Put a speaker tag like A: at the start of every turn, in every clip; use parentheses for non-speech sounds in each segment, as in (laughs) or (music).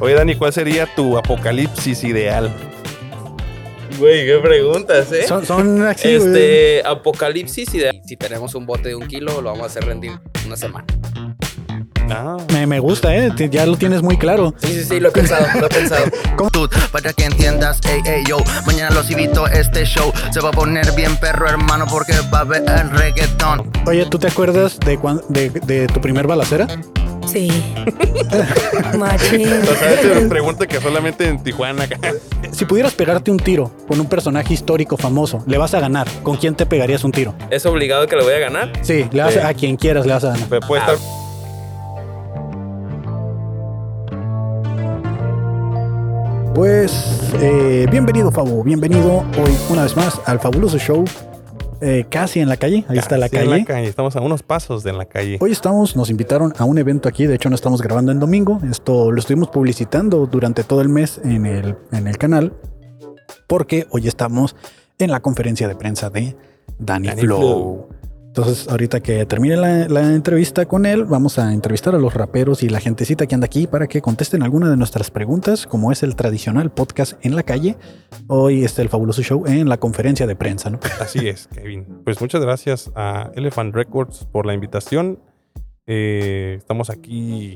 A: Oye, Dani, ¿cuál sería tu apocalipsis ideal?
B: Güey, qué preguntas, ¿eh?
C: Son, son así, güey.
B: este, apocalipsis ideal. Si tenemos un bote de un kilo, lo vamos a hacer rendir una semana.
A: Ah,
C: Me, me gusta, ¿eh? Te- Ya lo tienes muy claro.
B: Sí, sí, sí, lo he pensado, lo he pensado.
D: Tú, Para que entiendas, ey, ey, yo Mañana los invito a este show Se va a poner bien perro, hermano Porque va a haber reggaetón
C: Oye, ¿tú te acuerdas de, cuan- de, de tu primer balacera?
E: Sí. (laughs) Machín.
A: o sea, te pregunta que solamente en Tijuana.
C: Si pudieras pegarte un tiro con un personaje histórico famoso, le vas a ganar. ¿Con quién te pegarías un tiro?
B: ¿Es obligado que lo voy a ganar?
C: Sí, le vas
A: Sí.
C: a, a quien quieras le vas a ganar.
A: Pero puede estar.
C: Pues eh, bienvenido, Fabo. Bienvenido hoy una vez más al fabuloso show. eh, casi en la calle. Ahí está la
A: Sí,
C: calle.
A: en Estamos a unos pasos de la calle.
C: Hoy estamos, nos invitaron a un evento aquí, de hecho no estamos grabando en domingo, esto lo estuvimos publicitando durante todo el mes en el, en el canal, porque hoy estamos en la conferencia de prensa de Danny,
A: Danny
C: Flow.
A: Flow.
C: Entonces ahorita que termine la, la entrevista con él, vamos a entrevistar a los raperos y la gentecita que anda aquí para que contesten alguna de nuestras preguntas, como es el tradicional podcast en la calle. Hoy está el fabuloso show en la conferencia de prensa, ¿no?
A: Así es, Kevin. Pues muchas gracias a Elephant Records por la invitación. Eh, estamos aquí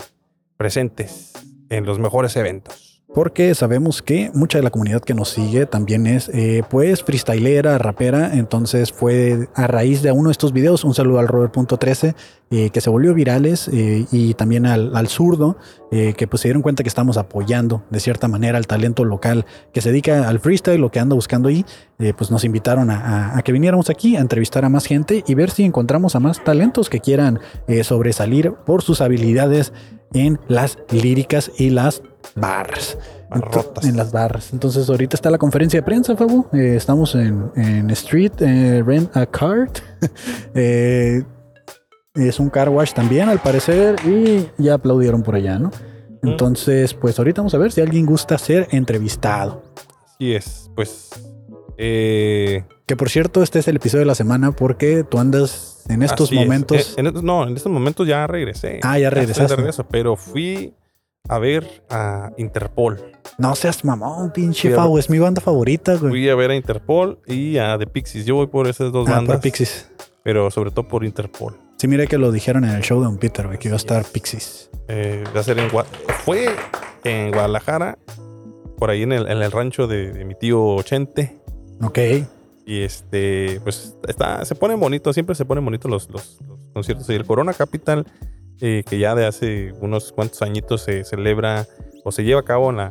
A: presentes en los mejores eventos.
C: Porque sabemos que mucha de la comunidad que nos sigue también es, eh, pues, freestylera, rapera. Entonces fue a raíz de uno de estos videos, un saludo al Robert.13, eh, que se volvió virales, eh, y también al, al zurdo, eh, que pues se dieron cuenta que estamos apoyando de cierta manera al talento local que se dedica al freestyle, lo que anda buscando ahí. Eh, pues nos invitaron a, a- a que viniéramos aquí a entrevistar a más gente y ver si encontramos a más talentos que quieran eh, sobresalir por sus habilidades en las líricas y las barras. Ento-
A: Barrotas.
C: En las barras. Entonces, ahorita está la conferencia de prensa, Fabu. Eh, estamos en, en Street eh, Rent a Cart. (laughs) Eh, es un car wash también, al parecer. Y ya aplaudieron por allá, ¿no? Entonces, pues ahorita vamos a ver si alguien gusta ser entrevistado.
A: Así es, pues. eh,
C: Que por cierto, este es el episodio de la semana porque tú andas en estos
A: así es.
C: momentos.
A: Eh, en estos- no, en estos momentos ya regresé.
C: Ah,
A: estoy
C: ya
A: de
C: regresaste.
A: regreso, pero fui a ver a Interpol.
C: No seas mamón, pinche
A: Fui a-
C: Fabu. Es mi banda favorita, güey.
A: Fui a ver a Interpol y a The Pixies. Yo voy por esas dos
C: Ah,
A: bandas.
C: por Pixies.
A: Pero sobre todo por Interpol.
C: Sí, mira que lo dijeron en el show de Don Peter, güey, que iba a estar Pixies.
A: Eh, va a ser en Gua- fue en Guadalajara, por ahí en el, en el rancho de, de mi tío Chente.
C: Ok.
A: Y este, pues está, se ponen bonitos, siempre se ponen bonitos los, los- los conciertos. Y el Corona Capital, eh, que ya de hace unos cuantos añitos se celebra o se lleva a cabo en, la,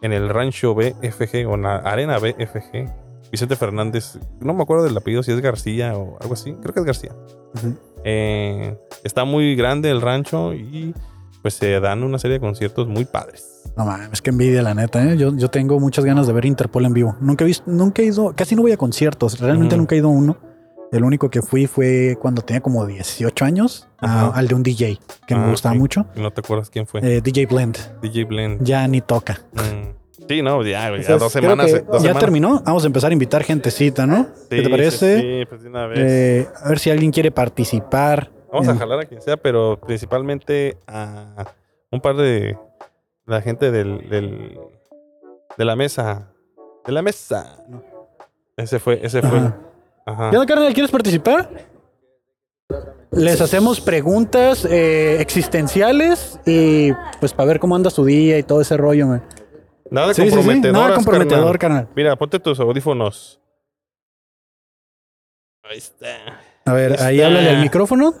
A: en el rancho BFG o en la arena BFG. Vicente Fernández, no me acuerdo del apellido, si es García o algo así, creo que es García.
C: Ujú.
A: Eh, está muy grande el rancho y pues se dan una serie de conciertos muy padres.
C: No mames, que envidia la neta, ¿eh? Yo, yo tengo muchas ganas de ver Interpol en vivo. Nunca he visto, nunca he ido, casi no voy a conciertos, realmente
A: Ujú.
C: nunca he ido a uno. El único que fui fue cuando tenía como 18 años, a-
A: Ajá.
C: al de un DJ, que
A: Ah,
C: me gustaba
A: ok.
C: mucho.
A: ¿No te acuerdas quién fue?
C: Eh, DJ Blend,
A: DJ Blend.
C: ya ni toca.
A: Mm. Sí, no, ya, güey, ya
C: Entonces,
A: dos
C: creo
A: semanas.
C: que
A: eh, dos
C: ya
A: semanas.
C: terminó, vamos a empezar a invitar gentecita, ¿no? ¿Qué
A: Sí,
C: te
A: sí,
C: parece?
A: Sí, pues de una vez.
C: Eh, a ver si alguien quiere participar.
A: Vamos a
C: en-
A: jalar a quien sea, pero principalmente a un par de la gente del, del- de la mesa. De la mesa. Ese fue, ese fue.
C: Ajá.
A: Ajá.
C: ¿Qué onda, carnal? ¿Quieres participar? Les hacemos preguntas eh, existenciales y pues para ver cómo anda su día y todo ese rollo, man.
A: Nada de
C: Sí, sí, sí. Nada
A: comprometedoras,
C: comprometedor,
A: carnal.
C: carnal.
A: Mira, ponte tus audífonos. Ahí está.
C: A ver, ahí
A: Está.
C: háblale al micrófono.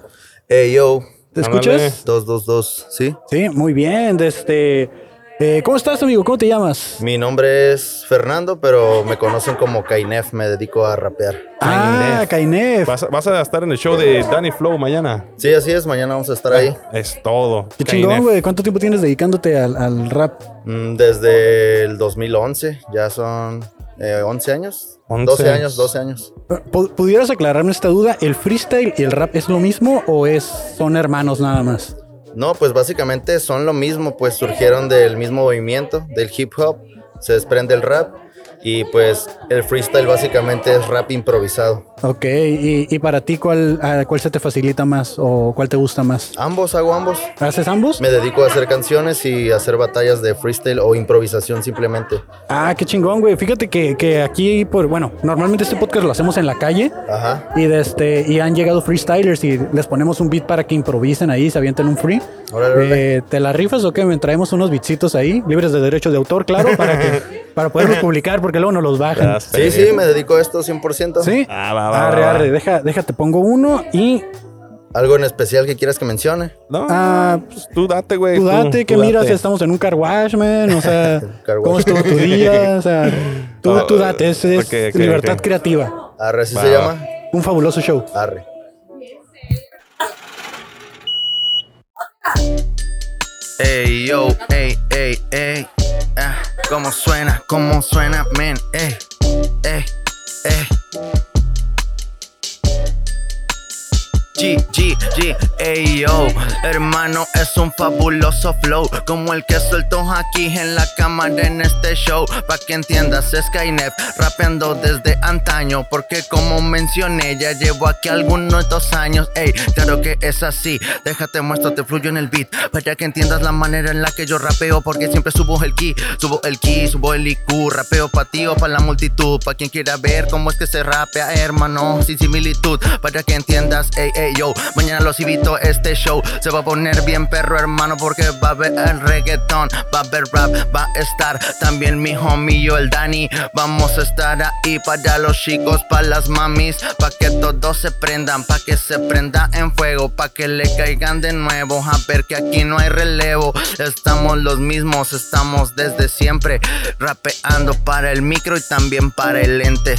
D: Ey, yo
C: ¿Te
A: Este Ándale.
C: escuchas?
D: 222, ¿sí?
C: Sí, muy bien. de Este, eh, ¿Cómo estás, amigo? ¿Cómo te llamas?
D: Mi nombre es Fernando, pero me conocen como Kainef, me dedico a rapear.
C: Ah, Kainef.
A: Vas, a- vas a estar en el show de Danny Flow mañana.
D: Sí, así es, mañana vamos a estar ahí.
A: Es todo.
C: Qué
A: Kainef.
C: chingón, güey. ¿Cuánto tiempo tienes dedicándote al, al rap?
D: Mm, Desde el 2011, ya son eh, 11 años.
A: 11
D: 12
A: años.
D: años, 12 años.
C: Pu- ¿Pudieras aclararme esta duda? ¿El freestyle y el rap es lo mismo o es, son hermanos nada más?
D: No, pues básicamente son lo mismo, pues surgieron del mismo movimiento, del hip hop, se desprende el rap Y pues el freestyle básicamente es rap improvisado.
C: Ok, y, y para ti, ¿cuál, a cuál se te facilita más o cuál te gusta más?
D: Ambos hago ambos.
C: ¿Haces ambos?
D: Me dedico a hacer canciones y a hacer batallas de freestyle o improvisación simplemente.
C: Ah, qué chingón, güey. Fíjate que, que aquí, por, bueno, normalmente este podcast lo hacemos en la calle
D: Ajá.
C: y, de este, y han llegado freestylers y les ponemos un beat para que improvisen ahí, se avienten un free.
D: Órale, órale.
C: Eh, ¿Te la rifas o qué? Me traemos unos beatsitos ahí, libres de derechos de autor, claro, para,
D: (laughs)
C: que, para poderlos publicar, porque luego nos los bajan.
A: Ya sé.
D: Sí, sí, me dedico a esto 100%.
C: ¿Sí?
A: Ah, va, va,
C: arre,
A: va, va.
C: arre, deja, déjate, pongo uno y
D: ¿Algo en especial que quieras que mencione?
A: No,
C: Ah,
A: pues tú date, güey. tú-
C: dudate
A: tú
C: que mira
A: date.
C: si estamos en un car wash, man. O
D: (laughs)
C: sea,
D: Car wash.
C: ¿cómo estuvo tu
D: (laughs)
C: día? O sea, tú,
A: Ah,
C: tú date, es, es
A: ok, ok,
C: libertad
A: ok.
C: creativa.
D: Arre, ¿sí
A: Va,
D: se
A: va.
D: llama?
C: Un fabuloso show.
D: Arre. Ey, yo, ey, ey, ey. Ah, ¿Cómo suena? ¿Cómo suena, men? eh, Ey, ey, ey. G, G, G, ey, yo, hermano, es un fabuloso flow, como el que suelto aquí en la cámara en este show, pa' que entiendas Skynet, rapeando desde antaño, porque como mencioné, ya llevo aquí algunos dos años, ey, claro que es así, déjate muestro, te fluyo en el beat, para que entiendas la manera en la que yo rapeo, porque siempre subo el ki, subo el ki, subo el IQ, rapeo pa' ti o pa' la multitud, pa' quien quiera ver cómo es que se rapea, hermano, sin similitud, para que entiendas, ey, ey, yo, mañana los invito a este show, se va a poner bien perro, hermano, porque va a haber reggaetón, va a haber rap, va a estar también mi homie, yo, el Dani, vamos a estar ahí para los chicos, para las mamis, pa' que todos se prendan, pa' que se prenda en fuego, pa' que le caigan de nuevo, a ver que aquí no hay relevo, estamos los mismos, estamos desde siempre, rapeando para el micro y también para el lente.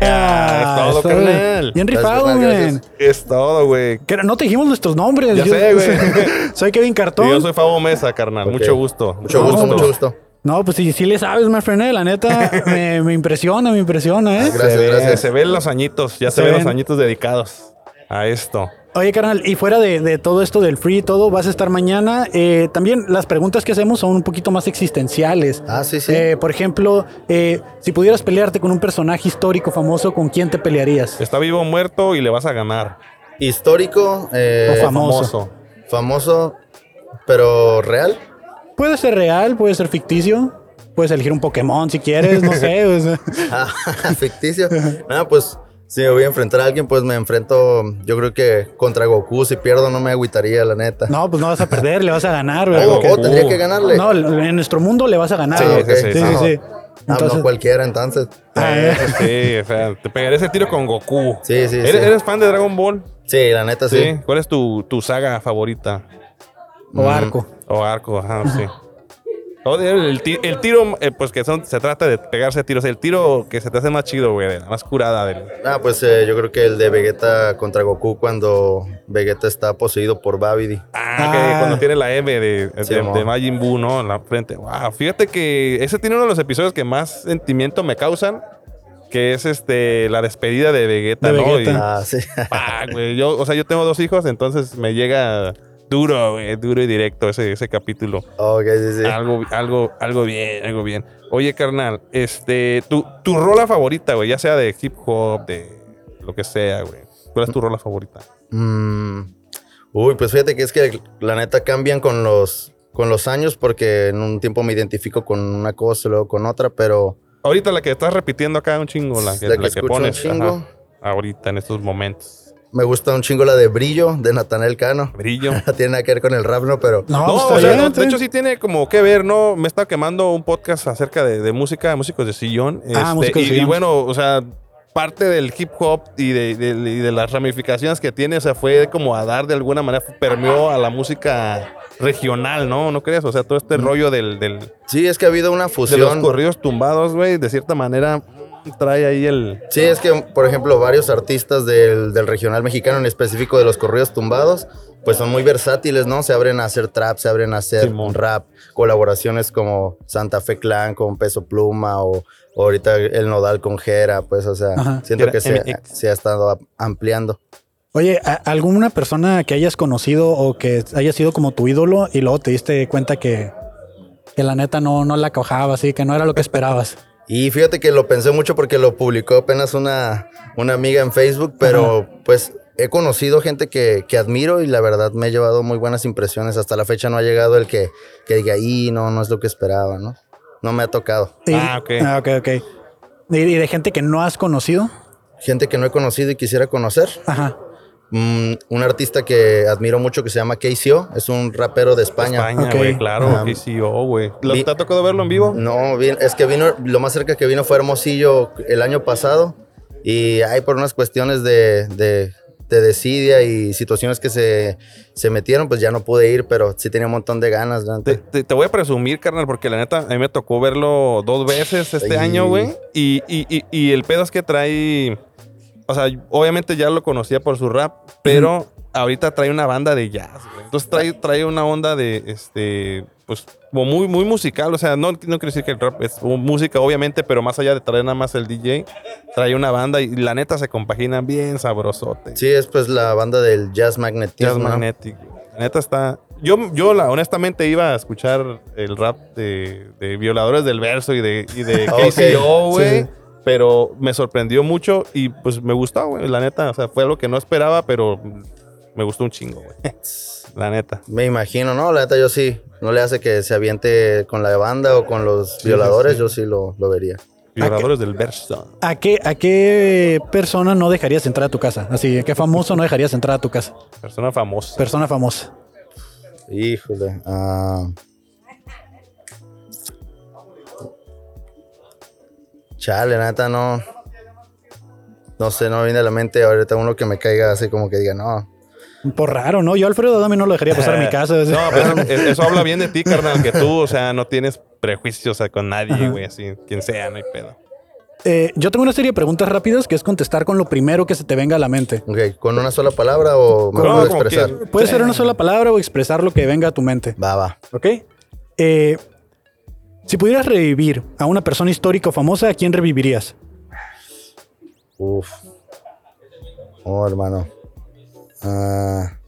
A: Ah, es todo,
C: Eso,
A: carnal.
C: Bien
D: Gracias,
C: rifado,
D: carnal, gracias.
C: man.
A: Es todo, güey.
C: Que no te dijimos nuestros nombres.
A: Ya sé, güey.
C: (laughs) soy Kevin
A: Y
C: Cartón.
A: yo soy Fabo Mesa, carnal.
D: Ok.
A: Mucho gusto.
D: Mucho gusto,
C: Vámonos.
D: mucho gusto.
C: No, pues sí, sí le sabes, my friend, eh, la neta,
A: (laughs)
C: me, me impresiona, me impresiona, ¿eh?
D: Gracias,
A: se, ve-
D: gracias.
A: se ven los añitos, ya se,
C: Se
A: ven,
C: ven.
A: los añitos dedicados a esto.
C: Oye, carnal, y fuera de, de todo esto del free y todo, vas a estar mañana. eh, también las preguntas que hacemos son un poquito más existenciales.
D: Ah, sí, sí.
C: Eh, por ejemplo, eh, si pudieras pelearte con un personaje histórico famoso, ¿con quién te pelearías?
A: Está vivo o muerto y le vas a ganar.
D: Histórico, eh,
C: O famoso.
D: famoso, pero real. (laughs)
C: Puede ser real, puede ser ficticio, puedes elegir un Pokémon si quieres, no sé. o sea.
D: Ah, (laughs) ficticio. Nada, pues si me voy a enfrentar a alguien, pues me enfrento. Yo creo que contra Goku, si pierdo, no me agüitaría, la neta.
C: no, pues no vas a perder, le vas a ganar, güey.
D: Oh,
A: Goku.
D: oh, tendría que ganarle.
C: No, en nuestro mundo le vas a ganar.
D: Sí,
C: güey.
D: ok.
C: sí, sí,
A: Ah,
C: sí.
D: Ah,
C: Entonces-
D: no cualquiera, entonces.
C: Ah, eh.
A: Sí, o sea, te pegaré ese tiro con Goku.
D: Sí, sí,
A: ¿Eres,
D: sí.
A: eres fan de Dragon Ball?
D: Sí, la neta,
A: Sí.
D: sí.
A: ¿Cuál es tu, tu saga favorita?
C: O arco.
A: O arco, ajá, sí. O de- El, ti- el tiro, eh, pues que son, se trata de pegarse tiros. El tiro que se te hace más chido, güey, de la más curada. del-
D: Ah, pues eh, yo creo que el de Vegeta contra Goku cuando Vegeta está poseído por Babidi.
A: Ah,
C: Ah.
A: que cuando tiene la M de, de,
D: Sí, mo.
A: de Majin Buu, ¿no? En la frente. Wow, fíjate que ese tiene uno de los episodios que más sentimiento me causan, que es este la despedida de Vegeta,
C: De
A: ¿no?
C: Vegeta.
A: Y-
D: Ah, sí. (laughs)
A: Ah, güey, yo, o sea, yo tengo dos hijos, entonces me llega duro, güey, duro y directo ese, ese capítulo.
D: ok, sí, sí.
A: Algo, algo, algo bien, algo bien. Oye, carnal, este, tu, tu rola favorita, güey, ya sea de hip hop, de lo que sea, güey. ¿Cuál es tu rola favorita?
D: Mm, Uy, pues fíjate que es que la neta cambian con los, con los años porque en un tiempo me identifico con una cosa y luego con otra, pero
A: Ahorita la que estás repitiendo acá un chingo, la que,
D: La que
A: la que
D: escucho un
A: pones. ajá,
D: chingo.
A: ahorita, en estos momentos.
D: me gusta un chingo la de Brillo de Natanael Cano. (laughs)
C: (laughs)
A: Brillo.
D: No tiene nada que ver con el rap, ¿no? Pero
A: No,
C: No, pues,
A: o
C: está
A: sea,
C: bien,
A: no,
C: está
A: de
C: bien.
A: hecho sí tiene como que ver, ¿no? Me está quemando un podcast acerca de, de música, de músicos de sillón. este,
C: Ah, músicos de
A: y, y
C: sillón.
A: bueno, o sea, parte del hip hop y de, de- y de las ramificaciones que tiene, o sea, fue como a dar de alguna manera, permeó a la música regional, ¿no? ¿No crees? O sea, todo este
C: Mm.
A: rollo del, del-
D: sí, es que ha habido una
A: de los
D: fusión.
A: corridos tumbados, güey, de cierta manera mm, trae ahí el...
D: Sí, es que, por ejemplo, varios artistas del, del regional mexicano, en específico de los corridos tumbados, pues son muy versátiles, ¿no? Se abren a hacer trap, se abren a hacer
A: Simón.
D: rap, colaboraciones como Santa Fe Clan con Peso Pluma o, o ahorita El Nodal con Jera, pues, o sea,
C: Ajá.
D: siento
A: Jera
D: que se,
A: MX.
D: se ha estado a- ampliando.
C: Oye, ¿a- ¿alguna persona que hayas conocido o que haya sido como tu ídolo y luego te diste cuenta que, que la neta no, no la cojaba, así que no era lo que esperabas?
D: Y fíjate que lo pensé mucho porque lo publicó apenas una, una amiga en Facebook, pero pues he conocido gente que, que admiro y la verdad me he llevado muy buenas impresiones. Hasta la fecha no ha llegado el que, que diga, y no, no es lo que esperaba, ¿no? No me ha tocado.
C: Y-
A: Ah, ok.
C: Ah, ok, ok. ¿Y y de gente que no has conocido?
D: Gente que no he conocido y quisiera conocer.
C: Ajá.
D: Mm, un artista que admiro mucho que se llama KCO, es un rapero de España.
A: España,
C: Ok.
A: güey, claro,
D: Ajá. Mm.
A: que sí, oh, güey. ¿Lo-
D: Vi-
A: ¿Te ha tocado verlo en vivo?
D: No, vi- es que vino, lo más cerca que vino fue Hermosillo el año pasado y hay por unas cuestiones de, de, de desidia y situaciones que se, se metieron, pues ya no pude ir, pero sí tenía un montón de ganas. la neta.
A: Te, te- te voy a presumir, carnal, porque la neta, a mí me tocó verlo dos veces este
D: Ay.
A: año, güey. Y, y- y- y el pedo es que trae. O sea, obviamente ya lo conocía por su rap, pero ahorita trae una banda de jazz, güey. Entonces trae, trae una onda de este. Pues como muy, muy musical. O sea, no, no quiero decir que el rap es u- música, obviamente, pero más allá de traer nada más el DJ, trae una banda y la neta se compagina bien sabrosote.
D: Sí, es pues la banda del jazz magnetismo.
A: Jazz
D: ¿no?
A: Magnetic. La neta está. Yo, yo la, honestamente iba a escuchar el rap de, de Violadores del Verso y de, y de
D: Ok,
A: KCO, güey.
D: sí.
A: Pero me sorprendió mucho y pues me gustó, güey. La neta, o sea, fue lo que no esperaba, pero me gustó un chingo, güey. La neta.
D: Me imagino, ¿no? La neta yo sí. No le hace que se aviente con la banda o con los violadores, yo sí lo, lo vería.
A: Violadores del Verso.
C: ¿A qué, ¿A qué persona no dejarías entrar a tu casa? Así, ¿a qué famoso no dejarías entrar a tu casa?
A: Persona famosa.
C: Persona famosa.
D: Híjole. ah. Chale, la neta, no. No sé, no me viene a la mente ahorita uno que me caiga así como que diga, no.
C: Por raro, ¿no? Yo a Alfredo Adame no lo dejaría pasar
A: (laughs)
C: a mi casa.
A: No, pero eso, eso habla bien de ti, carnal, que tú, o sea, no tienes prejuicios o sea, con nadie, güey, así, quien sea, no hay pedo.
C: Eh, yo tengo una serie de preguntas rápidas que es contestar con lo primero que se te venga a la mente.
D: Ok, ¿con una sola palabra o me puedo
A: como
D: expresar?
A: quieras.
C: Puede ser una sola palabra o expresar lo que venga a tu mente.
D: Va, va.
C: ¿Ok? Eh, si pudieras revivir a una persona histórica o famosa, ¿a quién revivirías?
D: Uf. Oh, hermano. Ah.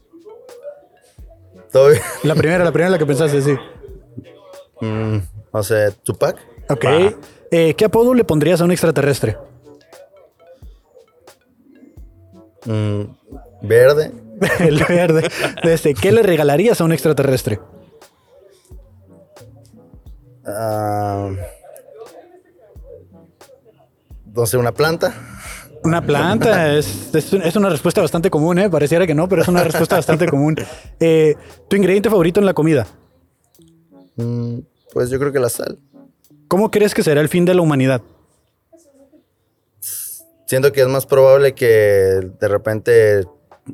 D: ¿Todo bien? (laughs)
C: La primera, la primera la que pensaste, sí.
D: Mm, no sé, Tupac.
C: Ok. Eh, ¿Qué apodo le pondrías a un extraterrestre? (laughs)
D: Mm, verde.
C: El verde. Este, ¿Qué le regalarías a un extraterrestre?
D: Ah, no sé, una planta.
C: Una planta. Es, es un- es una respuesta bastante común, ¿eh? Pareciera que no, pero es una respuesta bastante común. Eh, ¿Tu ingrediente favorito en la comida?
D: Mm, pues yo creo que la sal.
C: ¿Cómo crees que será el fin de la humanidad?
D: Siento que es más probable que de repente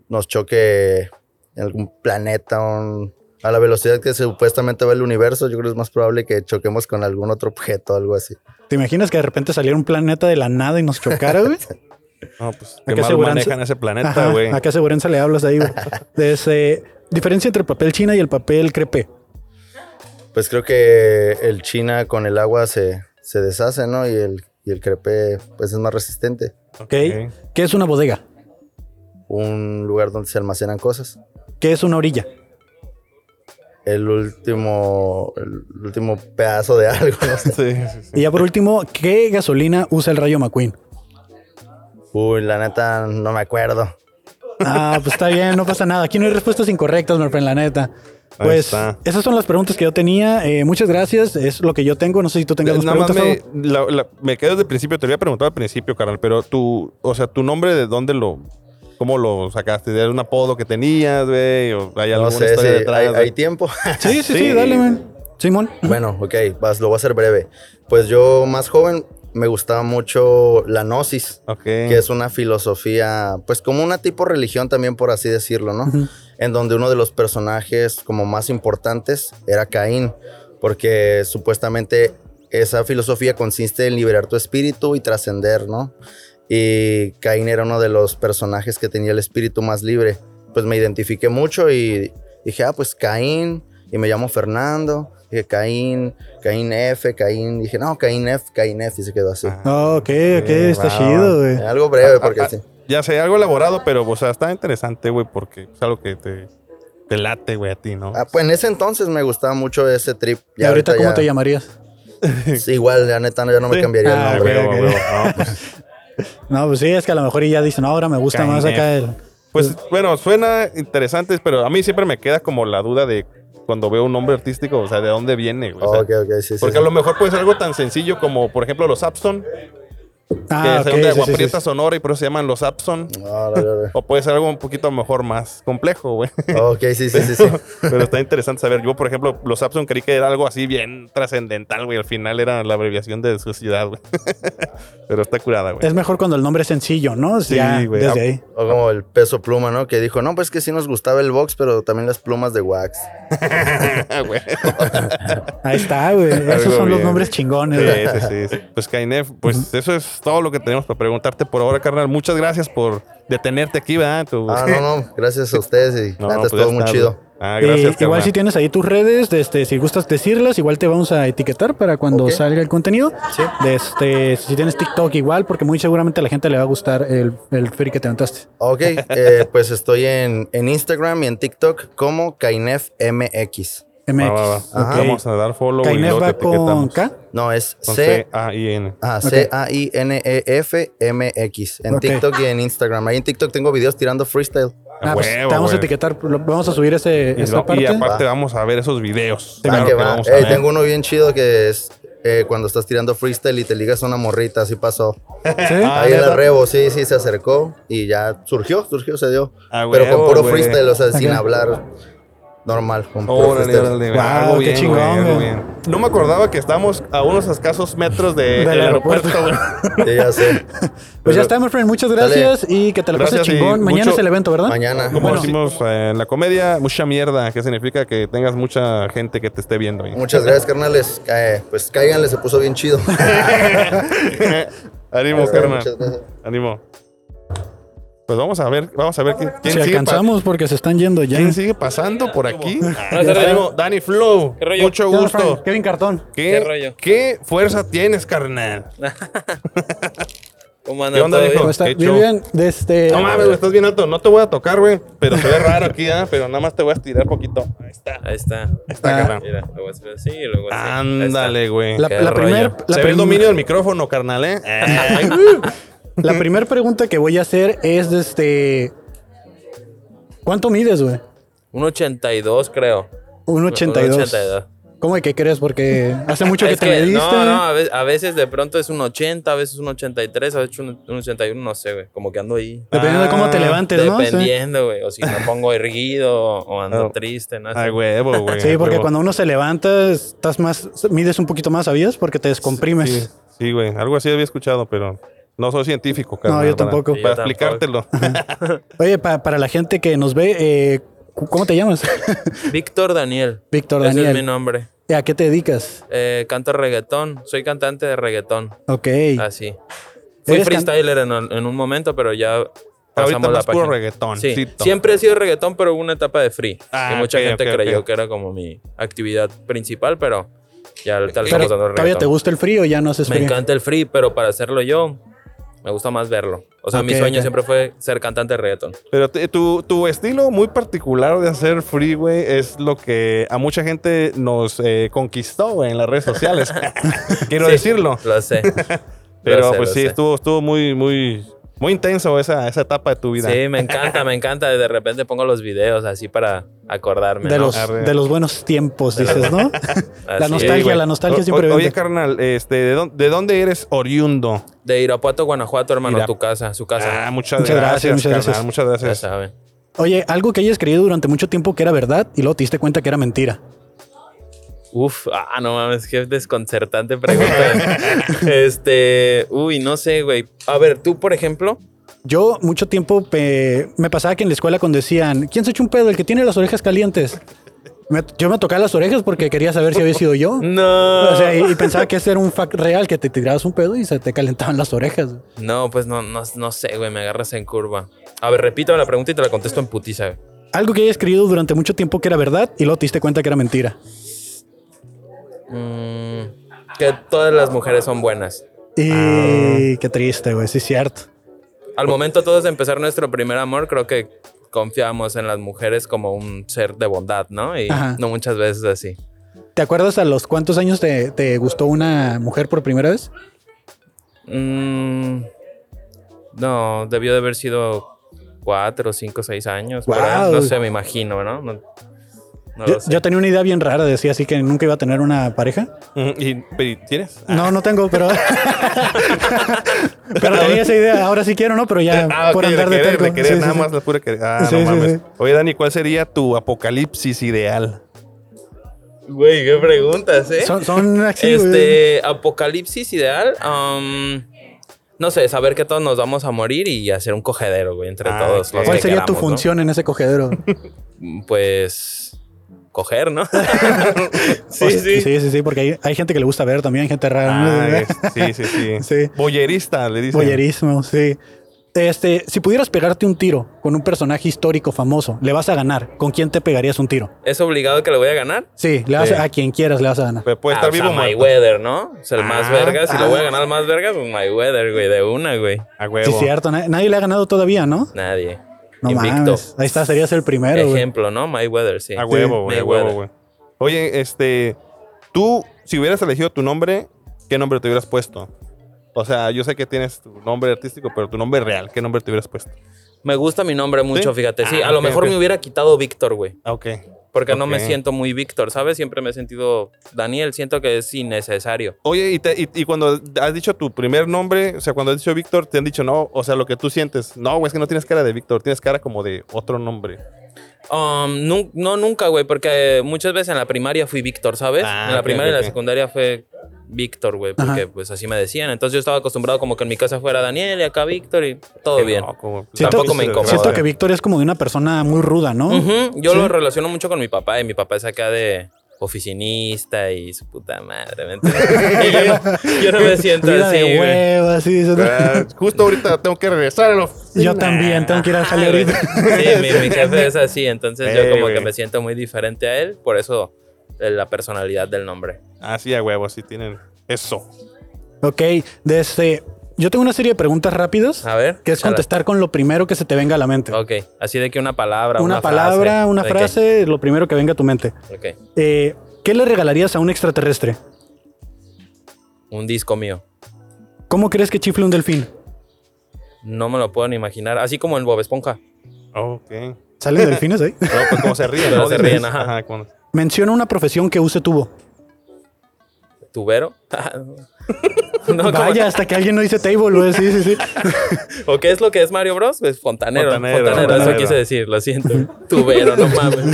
D: nos choque en algún planeta un- a la velocidad que supuestamente va el universo. Yo creo que es más probable que choquemos con algún otro objeto, algo así.
C: ¿Te imaginas que de repente saliera un planeta de la nada y nos chocara, güey?
A: No, pues,
C: ¿A
A: qué
C: qué
A: mal
C: aseguranza?
A: manejan ese planeta,
C: Ajá,
A: güey.
C: ¿A qué aseguranza le hablas ahí, güey? Desde, diferencia entre el papel china y el papel crepe.
D: Pues creo que el China con el agua se, se deshace, ¿no? Y el, y el crepe pues es más resistente.
C: ¿ok? ¿Qué es una bodega?
D: Un lugar donde se almacenan cosas.
C: ¿Qué es una orilla?
D: El último, el último pedazo de algo,
A: (laughs)
D: no sé.
A: Sí, sí, sí.
C: Y ya por último, ¿qué gasolina usa el rayo McQueen?
D: Uy, la neta, no me acuerdo.
C: Ah, pues está bien, no pasa nada. Aquí no hay respuestas incorrectas, my friend, la neta.
A: Ahí
C: Pues
A: está.
C: esas son las preguntas que yo tenía. Eh, muchas gracias. Es lo que yo tengo. No sé si tú tengas más
A: Eh, Nada más
C: preguntas.
A: me,
C: Tavo.
A: la- la- me quedo desde el principio, te lo había preguntado al principio, carnal, pero tú, o sea, tu nombre, ¿de dónde lo, cómo lo sacaste? ¿Era un apodo que tenías, güey? ¿O hay alguna
D: No sé si
A: historia detrás?
D: hay,
A: güey?
D: hay tiempo.
A: (laughs)
C: Sí, sí, sí,
A: Sí.
C: dale, man. Simón.
D: bueno, ok, vas, lo voy a hacer breve. Pues yo más joven me gustaba mucho la gnosis,
A: Ok.
D: que es una filosofía, pues como una tipo religión también, por así decirlo, ¿no?
C: Ujú.
D: En donde uno de los personajes como más importantes era Caín, porque supuestamente esa filosofía consiste en liberar tu espíritu y trascender, ¿no? Y Caín era uno de los personajes que tenía el espíritu más libre. Pues me identifiqué mucho y dije, ah, pues Caín, y me llamo Fernando. Dije, Caín, Caín F, Caín. Dije, no, Caín F, Caín F, y se quedó así.
A: Ah,
C: Ok, ok,
A: Sí,
C: está
A: Eh, wow.
C: chido, güey.
D: Eh, Algo breve, porque
A: Ah,
D: sí.
A: Ya sé, algo elaborado, pero, o sea, está interesante, güey, porque es algo que te, te late, güey, a ti, ¿no?
D: Ah, pues en ese entonces me gustaba mucho ese trip.
C: ¿Y ahorita cómo te llamarías?
D: Sí, (laughs) igual, la neta, no, yo no me
A: Sí.
D: cambiaría
C: Ah,
D: el
A: A
D: nombre.
A: huevo, a
C: ok.
A: huevo. No, pues,
C: No, pues sí, es que a lo mejor y ya dicen, no, ahora me gusta más acá el. (laughs)
A: pues, bueno, suena interesante, pero a mí siempre me queda como la duda de cuando veo un nombre artístico, o sea, de dónde viene. güey? O sea,
D: Ok, ok, sí, sí.
A: porque
D: sí.
A: a lo mejor puede ser algo tan sencillo como, por ejemplo, los Abson, que
C: Ah,
A: es
C: ok,
A: de
C: sí,
A: Agua
C: sí, sí.
A: Prieta Sonora y por eso se llaman los Abson.
D: Ah, la, la,
A: O puede ser algo un poquito a lo mejor más complejo, güey. (laughs)
D: la. Ok, sí, sí, sí, sí.
A: Pero está interesante saber. Yo, por ejemplo, los Abson creí que era algo así bien trascendental, güey. Al final era la abreviación de su ciudad, güey. (laughs) Pero está curada, güey.
C: Es mejor cuando el nombre es sencillo, ¿no?
A: Pues. Sí,
C: ya,
A: güey.
C: Desde ahí.
D: O como el peso pluma, ¿no? Que dijo, no, pues que sí nos gustaba el box, pero también las plumas de wax.
A: Güey.
C: Ahí está, güey. Esos
A: (laughs) Algo
C: son los
A: bien.
C: nombres chingones.
A: Sí,
C: güey.
A: sí, sí, sí. Pues Kainef, pues eso es todo lo que tenemos para preguntarte por ahora, carnal. Muchas gracias por detenerte aquí, ¿verdad? Tu-
D: Ah, no, no, gracias a ustedes y
A: No,
D: antes
A: pues, ya
D: todo muy
A: está,
D: chido.
A: güey. Ah, gracias,
C: Eh, igual
A: carnal.
C: si tienes ahí tus redes, de este, si gustas decirlas, igual te vamos a etiquetar para cuando
D: Ok.
C: salga el contenido. De este, si tienes TikTok igual, porque muy seguramente a la gente le va a gustar el, el free que te aventaste.
D: Ok,
A: (laughs)
D: eh, pues estoy en, en Instagram y en TikTok como KainefMX.
C: MX.
A: Va, va, va.
C: Ok.
A: Vamos a dar follow. y
C: Kainef
A: luego te
C: va con
A: etiquetamos.
C: K.
D: No, es
A: Con
D: C.
A: C-A-I-N.
D: ah,
C: Ok.
D: E C-A-I-N-E-F-M-X. En
C: Ok.
D: TikTok y en Instagram. Ahí en TikTok tengo videos tirando freestyle.
A: A
C: Ah, pues,
A: huevo,
C: te vamos a
A: güey.
C: etiquetar, lo- vamos a subir ese,
A: Y,
C: esa
A: lo-
C: parte.
A: y aparte vamos a ver esos videos.
D: Ah,
A: Claro
D: que
A: que
D: va.
A: vamos a
D: Ey,
A: ver.
D: tengo uno bien chido que es eh, cuando estás tirando freestyle y te ligas a una morrita, así pasó.
C: ¿Sí?
A: Ah,
D: Ahí
A: ¿neta?
D: la rebo, sí, sí, se acercó y ya surgió, surgió, se dio.
A: Ah,
D: Pero
A: huevo,
D: con puro
A: güey.
D: freestyle, o sea, sin
C: Ok.
D: hablar normal. Con puro
A: Órale,
D: freestyle.
A: órale,
C: Wow,
A: algo
C: qué
A: bien,
C: chingón,
A: güey, algo
C: güey.
A: bien. No me acordaba que estamos a unos escasos metros de- del
C: Del
A: aeropuerto,
C: aeropuerto. (laughs)
A: güey.
D: Sí,
A: (laughs)
D: ya sé.
C: Pues ya está, my friend. Muchas gracias y que te la pases
A: Gracias y
C: chingón. Mañana
A: mucho-
C: es el evento, ¿verdad?
D: Mañana.
A: Como
C: Bueno,
A: decimos eh, en la comedia, mucha mierda, que significa que tengas mucha gente que te esté viendo. güey. (laughs)
D: Muchas gracias, carnales. Eh, pues cáiganle, se puso bien chido.
A: Ánimo,
D: Muchas gracias.
A: carnal. Ánimo. Pues vamos a ver, vamos a ver quién, quién
C: Si
A: sigue, pa-
C: alcanzamos porque se están yendo ya.
A: quién sigue pasando por aquí.
B: tardes.
A: Ánimo, Dani Flow.
B: ¿Qué rollo?
A: Mucho
C: Ya, my friend,
A: gusto.
C: Kevin Cartón.
A: ¿Qué,
B: ¿Qué rollo?
A: qué fuerza tienes, carnal?
B: ¿Cómo
A: ¿Qué
B: andan?
A: onda,
B: ¿Todo
A: viejo?
B: bien?
C: ¿Cómo está?
A: Qué
C: Bien,
A: show.
C: bien. De este-
A: No mames, güey, estás bien alto. No te voy a tocar, güey. Pero se ve
B: (laughs)
A: raro aquí, ¿ah? Pero nada más te voy a estirar poquito.
B: Pues
A: Ahí está.
B: Ahí está.
A: Está,
C: Ah.
A: carnal.
B: Mira, lo voy a hacer así y luego así.
A: Ándale, güey.
C: La,
B: Qué
C: la
B: rollo.
C: primer,
A: Se
C: la,
A: ve el
C: prim-
A: dominio del micrófono, carnal,
B: (laughs)
A: ¿eh? Ay,
C: la primer pregunta que voy a hacer es de este. ¿Cuánto mides, güey?
B: Un 82, creo.
C: Un 82.
B: Un 82.
C: ¿Cómo de qué crees? Porque
A: (laughs)
C: hace mucho que
B: Ah, Es
C: te
B: que-
C: mediste. ¿eh?
B: No, no, a veces, a veces de pronto es un 80, a veces un 83, a veces un, un 81, no sé, güey. Como que ando ahí.
C: Dependiendo de cómo te
A: Ah,
C: levantes, ¿no? Sí.
B: Dependiendo, güey. O si me pongo erguido o ando
A: Ah.
B: triste, no
A: Ay,
B: sé.
A: huevo, güey.
C: Sí, porque
A: huevo.
C: cuando uno se levanta, estás más, mides un poquito más, ¿sabías? Porque te descomprimes.
A: Sí, sí, güey. Algo así había escuchado, pero no soy científico, carnal.
C: yo
A: para-
C: tampoco.
A: Para,
B: Sí, yo
A: explicártelo.
C: Oye, pa- para la gente que nos ve, eh, cu- ¿cómo te llamas? (laughs)
B: Víctor Daniel.
C: Víctor
B: Ese es mi
C: Daniel.
B: nombre.
C: Eh, ¿A qué te dedicas?
B: Eh, canto reggaetón. Soy cantante de reggaetón.
C: Ok.
B: Así. Fui
C: Eres can-
B: freestyler en, en un momento, pero
A: (laughs)
B: ya
A: Ahorita
B: pasamos la
A: más puro
B: página.
A: reggaetón.
B: Sí,
A: Tito.
B: siempre he sido reggaetón, pero hubo una etapa de free.
A: Ah,
B: que mucha
A: ok,
B: gente
A: ok,
B: creyó
A: ok.
B: que era como mi actividad principal, pero ya ahorita le
C: Eh, Pero,
B: estamos dando al
C: ¿Todavía te
B: reggaetón.
C: gusta el frío o ya no haces
B: Me
C: frío?
B: encanta el free, pero para hacerlo yo, me gusta más verlo. O sea, mi
C: Ok,
B: sueño
C: ok.
B: siempre fue ser cantante de reggaetón.
A: Pero te- tu, tu estilo muy particular de hacer free, güey, es lo que a mucha gente nos eh, conquistó, güey, en las redes (laughs) sociales. Quiero
B: Sí,
A: decirlo. (laughs)
B: Lo sé.
A: Pero
B: sé,
A: pues
B: lo
A: sí,
B: sé.
A: estuvo, estuvo muy, muy, muy intenso esa, esa etapa de tu vida.
B: Sí, me encanta, me encanta. De repente pongo los videos así para acordarme.
C: De
B: ¿no?
C: los,
A: Arre.
C: de los buenos tiempos,
B: (laughs)
C: dices, ¿no? (laughs) la
B: Así es.
A: Sí,
C: nostalgia,
A: güey.
C: la nostalgia
A: O-
C: siempre
A: o- Oye,
C: vende.
A: carnal, este, ¿de, dónde, de dónde eres oriundo?
B: De Irapuato, Guanajuato, hermano,
A: Irap-
B: tu casa, su casa.
A: Ah, muchas,
C: Muchas
A: gracias,
C: gracias, muchas
A: carnal,
C: gracias.
A: muchas
B: ya
A: gracias.
B: saben.
C: Oye, algo que hayas creído durante mucho tiempo que era verdad y luego te diste cuenta que era mentira.
B: Uf, ah, no mames, qué desconcertante
A: (laughs)
B: pregunta. este, uy, no sé, güey. A ver, tú, por ejemplo,
C: Yo mucho tiempo pe- me pasaba que en la escuela cuando decían, ¿quién se echa un pedo? El que tiene las orejas calientes. Me- yo me tocaba las orejas porque quería saber si había sido yo.
B: (laughs) no.
C: O sea, y, y pensaba que ese era un fact real, que te tirabas un pedo y se te calentaban las orejas.
B: No, pues no, no, no sé, güey, me agarras en curva. A ver, repítame la pregunta y te la contesto en putiza, güey.
C: Algo que hayas creído durante mucho tiempo que era verdad y luego te diste cuenta que era mentira.
B: Mm, que todas las mujeres son buenas.
C: Y
B: Ah.
C: qué triste, güey, sí es cierto.
B: Al momento todos de empezar nuestro primer amor, creo que confiamos en las mujeres como un ser de bondad, ¿no? Y
C: Ajá.
B: no muchas veces así.
C: ¿Te ¿Te acuerdas a los cuántos años te, te gustó una mujer por primera vez?
B: Mm, no, debió de haber sido cuatro, cinco, seis años.
C: Wow.
B: por ahí. No sé, me imagino, ¿no? No, no
C: Yo,
B: lo sé.
C: yo tenía una idea bien rara, decía así que nunca iba a tener una pareja.
A: Ujú, ¿Y, pero, Mm, ¿y tienes?
C: No, no tengo, pero. pero tenía esa idea. Ahora sí quiero, ¿no? Pero ya
A: Ah,
C: por
A: ok,
C: andar de,
A: querer,
C: terco.
A: querer,
C: Sí, sí,
A: nada
C: sí.
A: más la pura querer. Ah,
C: Sí,
A: no
C: sí,
A: mames.
C: sí.
A: Oye, Dani, ¿cuál sería tu apocalipsis ideal?
B: Güey, qué preguntas, ¿eh?
C: Son, son así, güey.
B: este, apocalipsis ideal. am, no sé, saber que todos nos vamos a morir y hacer un cogedero, güey, entre
A: Ah,
B: todos.
A: ok.
B: los
C: ¿Cuál
B: que
C: sería tu
B: queramos, ¿no?
C: función en ese cogedero?
B: Pues. coger, ¿no? (laughs) sí,
C: Hostia,
B: sí.
C: Pues, sí, sí, sí, porque hay, hay gente que le gusta ver también, hay gente rara.
A: Ah,
C: (laughs) ¿no?
A: es- sí, sí, sí.
C: Sí.
A: Boyerista, le dicen.
C: Boyerismo, sí. Este, si pudieras pegarte un tiro con un personaje histórico famoso, le vas a ganar. ¿Con quién te pegarías un tiro?
B: ¿Es obligado que le voy a ganar?
C: Sí, le vas
A: Sí.
C: a, a quien quieras le vas a ganar.
A: Pero puede
B: Ah,
A: estar
B: o sea,
A: vivo o muerto.
B: Mayweather, ¿no? Es el más
A: Ah,
B: vergas. Si
A: ah.
B: le voy a ganar al más vergas, pues Mayweather, güey, de una, güey.
A: A
C: Sí,
A: huevo.
C: cierto. na- Nadie le ha ganado todavía, ¿no?
B: Nadie.
C: No
B: Invicto.
C: mames. Ahí está, serías el primero, güey.
B: Ejemplo, ¿no? Mayweather, sí.
A: A huevo, güey. A huevo,
B: Mayweather.
A: güey. Oye, este. Tú, si hubieras elegido tu nombre, ¿qué nombre te hubieras puesto? O sea, yo sé que tienes tu nombre artístico, pero tu nombre real, ¿qué nombre te hubieras puesto?
B: Me gusta mi nombre mucho, fíjate. Sí,
A: Ah,
B: a lo
A: ok,
B: mejor
A: ok.
B: me hubiera quitado Víctor, güey.
A: Ah, ok.
B: Porque no me
A: Ok.
B: siento muy Víctor, ¿sabes? Siempre me he sentido Daniel, siento que es innecesario.
A: Oye, y, te- y- y cuando has dicho tu primer nombre, o sea, cuando has dicho Víctor, te han dicho no, o sea, lo que tú sientes. No, güey, es que no tienes cara de Víctor, tienes cara como de otro nombre.
B: Um, nu- no, nunca, güey, porque muchas veces en la primaria fui Víctor, ¿sabes?
A: Ah,
B: en la
A: ok,
B: primaria y
A: ok,
B: la
A: ok.
B: secundaria fue Víctor, güey, porque
C: Ajá.
B: pues así me decían. Entonces yo estaba acostumbrado como que en mi casa fuera Daniel y acá Víctor y todo
A: Qué
B: bien.
A: loco, güey.
C: Siento-
B: Tampoco me incomoda.
C: Siento que Víctor es como de una persona muy ruda, ¿no?
B: Ujú, Yo
C: Sí.
B: lo relaciono mucho con mi papá y mi papá es acá de oficinista y su puta madre. ¿me
A: (laughs)
B: entiendes? Y yo, no, yo no me siento
C: Vida
B: así.
C: de
B: güey.
C: hueva, sí, eso-
A: Ah, Justo ahorita tengo que regresar a la oficina.
C: Yo también tengo que ir al jale
B: Ay, güey.
C: ahorita.
B: Sí, mi, mi jefe es así, entonces
A: Ey,
B: yo como
A: güey.
B: que me siento muy diferente a él, por eso eh, la personalidad del nombre.
A: Ah, sí, a huevo, sí tienen. Eso.
C: Ok, desde. Yo tengo una serie de preguntas rápidas.
B: A ver,
C: Que es
B: échala.
C: contestar con lo primero que se te venga a la mente.
B: Ok, así de que una palabra,
C: Una,
B: una,
C: palabra,
B: frase.
C: una
B: Ok,
C: frase, lo primero que venga a tu mente.
B: ok.
C: Eh, ¿Qué le regalarías a un extraterrestre?
B: Un disco mío.
C: ¿Cómo crees que chifle un delfín?
B: No me lo puedo ni imaginar. Así como en Bob Esponja.
A: Ok. No,
C: ¿Salen delfines ahí? (laughs)
A: pues como se ríen,
B: Pero
A: ¿no?
B: se
A: Dices,
B: ríen, ajá.
A: como-
C: Menciona una profesión que use tubo.
B: ¿Tubero? (laughs) no, como-
C: Vaya, hasta que alguien no dice table, güey. Sí, sí, sí.
B: ¿O qué es lo que es Mario Bros? Pues fontanero.
A: Fontanero,
B: Fontanero,
A: fontanero.
B: eso quise decir, lo siento.
C: (laughs)
B: Tubero, no mames.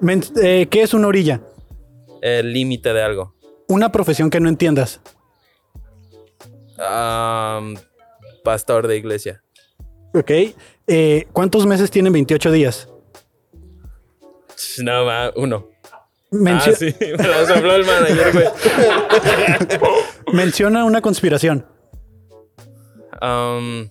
C: Men- eh, ¿Qué es una orilla?
B: El límite de algo.
C: Una profesión que no entiendas.
B: Am, pastor de iglesia.
C: Ok. Eh, ¿Cuántos meses tienen 28 días?
B: No, ma, uno.
C: Mencio-
B: Ah, sí, (laughs) me lo sopló el manager, güey.
C: Menciona una conspiración.
B: Am,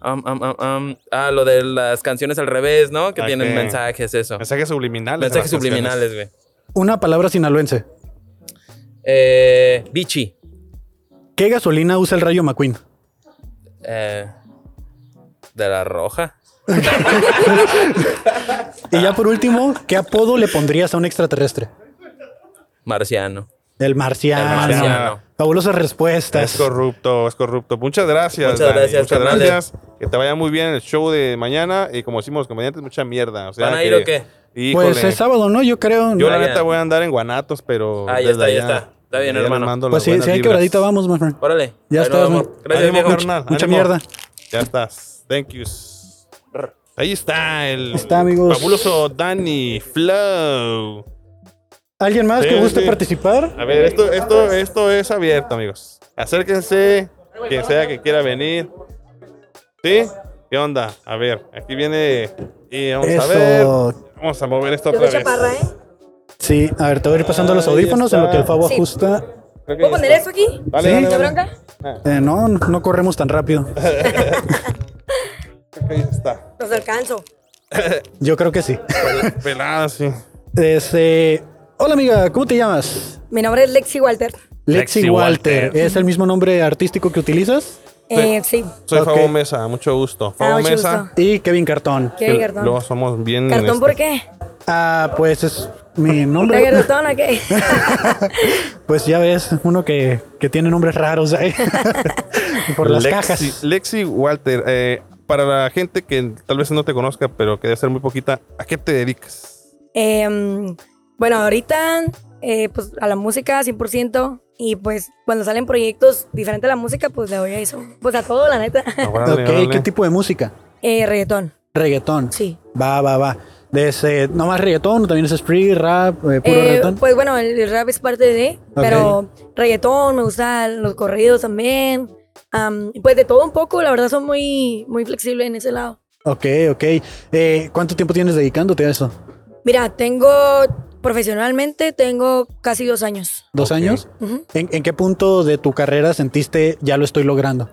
B: am, am, am, am. Ah, lo de las canciones al revés, ¿no? Que
A: Ah,
B: tienen
A: ok.
B: mensajes, eso.
A: Mensajes subliminales. en
B: Mensajes
A: las canciones.
B: subliminales, güey.
C: Una palabra sinaloense.
B: Eh, bichi.
C: ¿Qué gasolina usa el rayo McQueen?
B: Eh, de la roja.
C: Y
A: Ah.
C: ya por último, ¿qué apodo le pondrías a un extraterrestre?
B: Marciano.
C: El marciano.
B: El marciano.
C: Fabulosas respuestas.
A: Es corrupto, es corrupto. Muchas gracias.
B: Muchas
A: Dani,
B: gracias,
A: Muchas
B: carnales.
A: gracias. Que te vaya muy bien el show de mañana. Y como decimos los comediantes, mucha mierda. O sea,
B: ¿Van a ir
A: que-
B: o qué?
A: Híjole.
C: Pues es sábado, ¿no? Yo creo.
A: Yo la
B: Vayan.
A: neta voy a andar en guanatos, pero.
B: Ah, ya
A: desde
B: está, ya
A: allá-
B: está. Está bien,
A: desde allá les
B: hermano.
A: mando
C: pues
A: las
C: sí,
A: buenas
C: si hay
A: vibras.
C: quebradita, vamos, my friend.
B: Órale.
C: Ya
B: Ahí nos
C: estás,
B: vemos.
C: man.
B: Gracias,
A: Ánimo,
B: viejo.
A: carnal,
C: Mucha
A: ánimo.
C: mierda.
A: Ya estás. Thank yous. Ahí está el
C: Está, amigos.
A: fabuloso Danny Flow.
C: ¿Alguien más
A: Sí,
C: que guste
A: sí.
C: participar?
A: A ver, esto, esto, esto es abierto, amigos. Acérquense, quien sea que quiera venir. ¿Sí? ¿Qué onda? A ver, aquí viene. Y vamos a ver.
C: Eso.
A: Vamos a mover esto
E: Yo
A: otra
E: soy
A: vez.
E: chaparra, ¿eh?
C: Sí, a ver, te voy a ir pasando los
A: Ahí
C: audífonos en
A: está.
C: lo que el Fabo
E: Sí.
C: ajusta.
A: Creo que
E: ¿Puedo
A: ya
E: poner
A: está.
E: eso aquí?
A: Dale,
C: Sí.
A: dale, dale.
E: ¿Qué bronca?
C: Eh, no, no corremos tan rápido.
A: Creo que ya está.
E: Los alcanzo.
C: Yo creo que sí. (laughs)
A: Pelada, sí.
C: Este, hola amiga, ¿cómo te llamas?
E: Mi nombre es Lexi Walter.
C: Lexi,
A: Lexi
C: Walter.
A: Walter.
C: ¿Es el mismo nombre artístico que utilizas?
E: Eh, sí.
A: Soy
C: Ok.
A: Fabo Mesa, mucho gusto. Fabo
E: Ah, mucho
A: Mesa.
E: gusto.
C: Y Kevin Cartón.
E: ¿Qué,
A: que
E: cartón?
A: Luego somos bien.
E: ¿Cartón
A: este,
E: por qué?
C: Ah, pues es
E: (laughs)
C: mi nombre.
E: ¿Reggaetón
A: (laughs)
E: o qué?
C: (laughs) Pues ya ves, uno que, que tiene nombres raros ahí. (laughs) Por las
A: Lexi,
C: cajas.
A: Lexi Walter, eh, para la gente que tal vez no te conozca, pero que debe ser muy poquita, ¿a qué te
E: (laughs)
A: dedicas?
E: Em, bueno, ahorita eh, pues a la música 100% y pues cuando salen proyectos diferentes a la música, pues le doy a eso. Pues a todo, la neta.
A: Ahora,
C: Ok,
A: dale, dale.
C: ¿qué tipo de música?
E: Eh, reggaetón,
C: Reggaetón.
E: sí.
C: Va, va, va. Desde, no más reggaetón, también es spree, rap, eh, puro
E: Eh,
C: reggaetón.
E: pues bueno, el, el rap es parte de, pero reggaetón, me gustan los corridos también. Am, pues de todo un poco, la verdad son muy, muy flexible en ese lado.
C: Ok, ok. Eh, ¿Cuánto tiempo tienes dedicándote a eso?
E: Mira, tengo profesionalmente, tengo casi dos años.
C: ¿Dos
A: Ok.
C: años?
E: Ujú.
C: ¿En, en qué punto de tu carrera sentiste ya lo estoy logrando?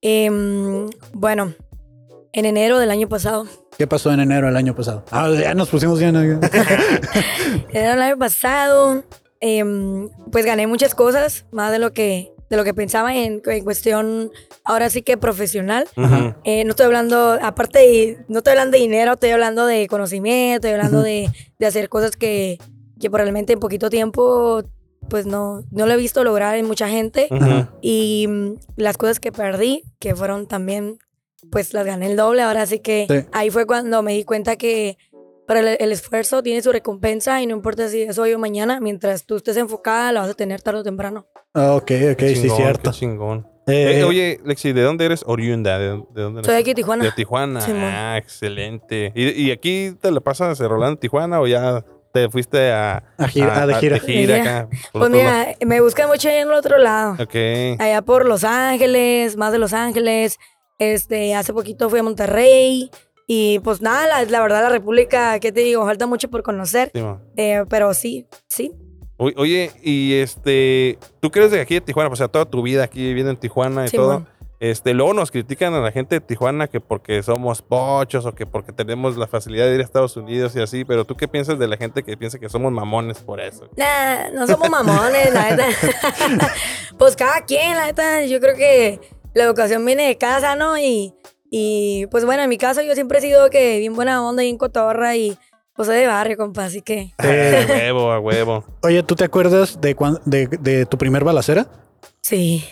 E: Em, bueno, en enero del año pasado.
C: ¿Qué pasó en enero del año pasado? Ah, ya nos pusimos bien.
A: (laughs)
E: Era el año pasado, em, pues gané muchas cosas, más de lo que, de lo que pensaba en, en cuestión, ahora sí que profesional.
A: Ujú.
E: Eh, no estoy hablando, aparte, de- no estoy hablando de dinero, estoy hablando de conocimiento, estoy hablando
C: Ujú.
E: de, de hacer cosas que, que probablemente en poquito tiempo, pues no, no lo he visto lograr en mucha gente.
A: Ujú.
C: Ajá.
E: Y mm, las cosas que perdí, que fueron también, pues las gané el doble. Ahora sí que
C: Sí.
E: ahí fue cuando me di cuenta que para el, el esfuerzo tiene su recompensa y no importa si es hoy o mañana, mientras tú estés enfocada, la vas a tener tarde o temprano.
C: Ah, ok, ok,
A: Qué
C: sí,
A: chingón,
C: cierto.
A: qué chingón.
C: Eh,
A: Eh, oye, Lexi, ¿de dónde eres oriunda? ¿De, de dónde
E: Soy de aquí, de Tijuana.
A: De Tijuana.
E: Simón.
A: ah, excelente. ¿Y, y aquí te la pasas eh, rolando en Tijuana o ya te fuiste a,
C: A gira- ah, de gira.
E: Ya.
A: acá? Por
E: Pues
A: otro lado.
E: mira, me busca mucho allá en el otro lado.
A: Ok.
E: allá por Los Ángeles, más de Los Ángeles. Este, hace poquito fui a Monterrey. Y pues nada, la, la verdad, la República, ¿qué te digo? Falta mucho por conocer.
A: Simón.
E: eh, pero sí, sí.
A: Oy- Oye, y este, tú crees de aquí de Tijuana, Pues, o sea, toda tu vida aquí viviendo en Tijuana y todo.
E: Simón.
A: Este, luego nos critican a la gente de Tijuana que porque somos pochos o que porque tenemos la facilidad de ir a Estados Unidos y así, pero tú qué piensas de la gente que piensa que somos mamones por eso.
E: Nah, no somos mamones,
A: (laughs)
E: la neta. (laughs) pues cada quien, la neta. Yo creo que la educación viene de casa, ¿no? Y, y pues bueno, en mi caso yo siempre he sido que bien buena onda, bien cotorra y pues soy de barrio, compa. Así que
A: (laughs) a huevo, a huevo.
C: oye, ¿tú te acuerdas de, cuan- de, de tu primer balacera?
A: (laughs)
E: sí.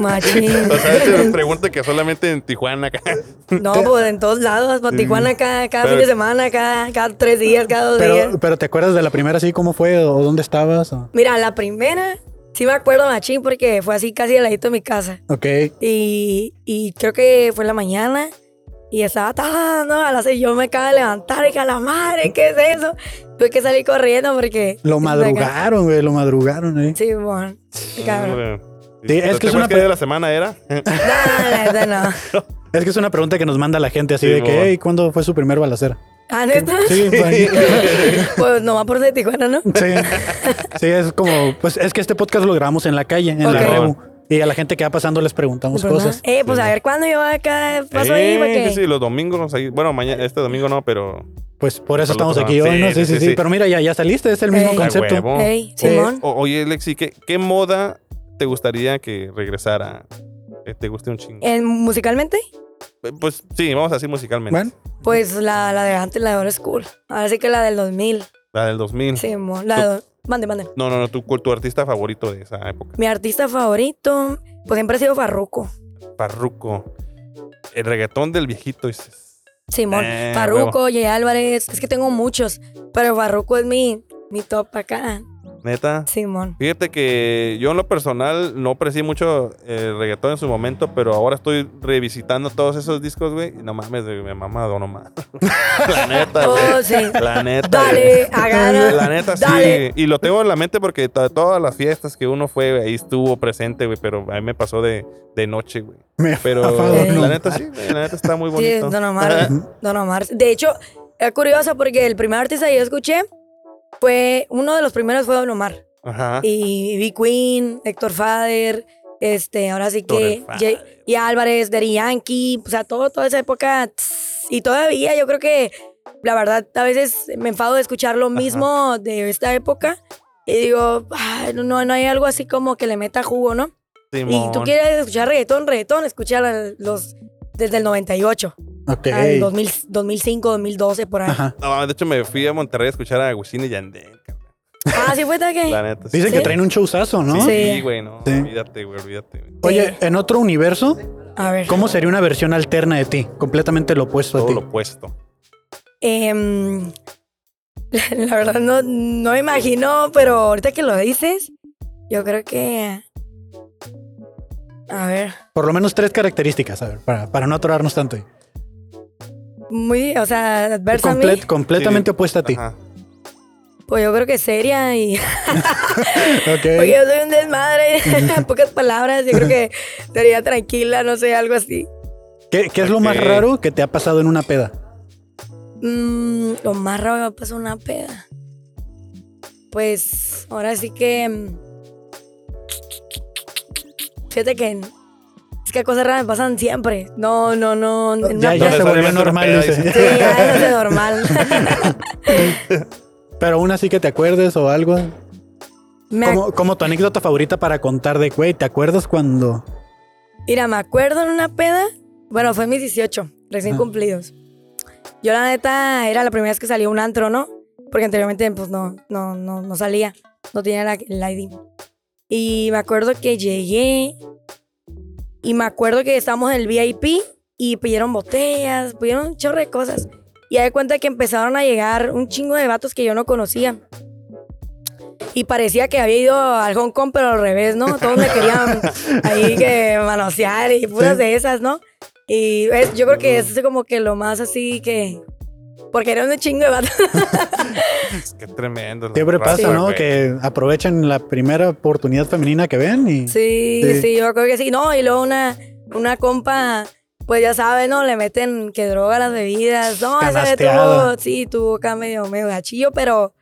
E: Machín.
A: O sea, se pregunta que solamente en Tijuana. acá.
E: No,
C: Eh,
E: pues en todos lados, para Tijuana cada, cada
A: Pero-
E: fin de semana, cada, cada tres días, cada dos días.
C: Pero, pero ¿te acuerdas de la primera así? ¿Cómo fue? ¿O dónde estabas? O-
E: Mira, la primera, sí me acuerdo, machín, porque fue así casi al ladito de mi casa.
C: Ok,
E: Y, y creo que fue en la mañana y estaba tardando a las seis. Yo me acabo de levantar y que a la madre, ¿qué es eso? Tuve que salir corriendo porque.
C: lo
E: me ca-
C: madrugaron, güey, lo madrugaron. eh.
E: Sí, bueno. Cabrón.
A: Sí, ¿Te
C: es que es
A: acuerdas
C: una
A: qué
C: pe-
A: día de la semana era?
E: No, la neta, no.
C: (laughs) Es que es una pregunta que nos manda la gente así
A: Sí,
C: de que,
A: mo.
C: hey, ¿cuándo fue su
A: (laughs)
C: primer balacera?
E: ¿Ah, neta?
C: Sí, fue-
E: Pues nomás por ser de Tijuana, ¿no?
C: sí, sí, es como, pues es que este podcast lo grabamos en la calle, en la
E: Ok.
C: rebu. Y a la gente que va pasando les preguntamos
E: Pero nada.
C: cosas.
E: Eh, pues a ver cuándo yo acá paso ahí
A: Eh,
E: porque.
A: sí, sí, los domingos. ahí- Bueno, mañana, este domingo no, pero.
C: Pues por eso
A: Saludos,
C: estamos aquí
A: Abraham.
C: hoy, ¿no? Sí, sí, sí. Pero mira, ya, ya saliste, es el mismo
E: Ey.
A: A
C: concepto.
A: huevo.
E: Ey, Simón.
A: O- oye, Lexi, ¿qué, qué moda te gustaría que regresara? Que te guste un chingo.
E: En- musicalmente,
A: Pues sí, vamos a decir musicalmente.
C: Bueno,
E: pues la, la de antes, la de Old School. Ahora sí que la del 2000.
A: La del 2000.
E: Simón. La de- mande, mande.
A: No, no, no, tu, tu artista favorito de esa época.
E: Mi artista favorito, pues siempre ha sido Farruko.
A: Parruco. El reggaetón del viejito. dices.
E: Simón.
A: Eh,
E: Farruko, Jay Álvarez. Es que tengo muchos, pero Farruko es mi, mi top acá.
A: Neta.
E: Simón.
A: Fíjate que yo en lo personal no aprecié mucho el reggaetón en su momento, pero ahora estoy revisitando todos esos discos, güey. Y no mames, güey, me mamado nomás. (laughs) La neta, güey. (laughs)
E: Oh, sí.
A: La neta.
E: Dale, agarra.
A: güey. La neta, sí.
E: Dale.
A: Y lo tengo en la mente porque to- todas las fiestas que uno fue, güey, ahí estuvo presente, güey. Pero a mí me pasó de, de noche, güey.
C: me
A: Pero
C: (laughs) afado,
E: no.
A: la neta, sí, güey, la neta está muy
E: Sí,
A: bonito.
E: Don Omar. Don Omar. De hecho, es curioso porque el primer artista que yo escuché fue, uno de los primeros fue Don Omar.
A: (laughs) Ajá.
E: y B. Queen, Héctor Fader, este, ahora sí
A: Héctor el
E: que
A: Fader.
E: Jay- y Álvarez, Daddy Yankee, o sea, todo, toda esa época tss, y todavía yo creo que la verdad a veces me enfado de escuchar lo mismo de esta época y digo, "Ay, no, no hay algo así como que le meta jugo, ¿no? Y
A: Simón.
E: tú quieres escuchar reggaetón, reggaetón, escuchar a los desde el 98.
C: Ok.
E: al 2000 2005, 2012, por ahí.
C: Ajá.
A: No, de hecho me fui a Monterrey a escuchar a Agustín y Yandel, cabrón.
E: Ah, sí fue que.
A: La neta.
C: Dicen que
E: Sí.
C: traen un showzazo, ¿no?
E: Sí.
A: Sí, güey, no.
C: Sí. Pues
A: Olvídate, güey, olvídate. güey.
C: Oye, en otro universo,
E: A ver.
C: ¿cómo sería una versión alterna de ti? Completamente lo opuesto a
A: Todo
C: ti.
A: lo opuesto.
C: Pues
E: Em, (laughs) la, la verdad no, no me imagino, pero ahorita que lo dices, yo creo que. A ver.
C: Por lo menos tres características, a ver, para, para no atorarnos tanto. ahí.
E: Muy, o sea, adversa a mí.
C: Comple- completamente
A: Sí.
C: opuesta a ti.
A: Ajá.
E: Pues yo creo que seria y. (laughs)
C: Ok.
E: Porque yo soy un desmadre, (laughs) en pocas palabras. Yo creo que sería tranquila, no sé, algo así.
C: ¿Qué, qué es lo más
A: Ok.
C: raro que te ha pasado en una peda?
E: Mm, lo más raro que me pasó una peda. Pues ahora sí que. mm, Fíjate que. Es que cosas raras me pasan siempre. No, no, no. en
C: Ya,
E: una
C: ya
E: peda-
C: se volvió
A: Necesariamente una
C: normal,
A: peda,
C: dice.
E: Sí, ya
C: (laughs)
E: es normal. (laughs)
C: Pero aún así que te acuerdes o algo.
E: Me ac-
C: Como, como tu anécdota favorita para contar de, güey, ¿te acuerdas cuando...?
E: Mira, me acuerdo en una peda. Bueno, fue en mis 18, recién
C: Ah.
E: cumplidos. Yo, la neta, era la primera vez que salía a un antro, ¿no? Porque anteriormente, pues no, no, no, no salía. No tenía la, el ID. Y me acuerdo que llegué. Y me acuerdo que estábamos en el VIP y pidieron botellas, pidieron un chorro de cosas. Y ahí cuenta que empezaron a llegar un chingo de vatos que yo no conocía. Y parecía que había ido al Hong Kong, pero al revés, ¿no? Todos me querían ahí que manosear y puras
C: Sí.
E: de esas, ¿no? Y es- yo creo que es como que lo más así que... Porque era un chingo de vatos.
A: Es que tremendo. la
C: Siempre
A: raza,
C: pasa, ¿no?
A: güey.
C: Que aprovechan la primera oportunidad femenina que ven y...
E: Sí,
C: Sí.
E: sí, yo creo que sí. No, y luego una, una compa, pues ya sabes, ¿no? Le meten que droga a las bebidas. No, esa vez
C: Canasteada.
E: tuvo, sí, tuvo acá medio, medio gachillo, pero,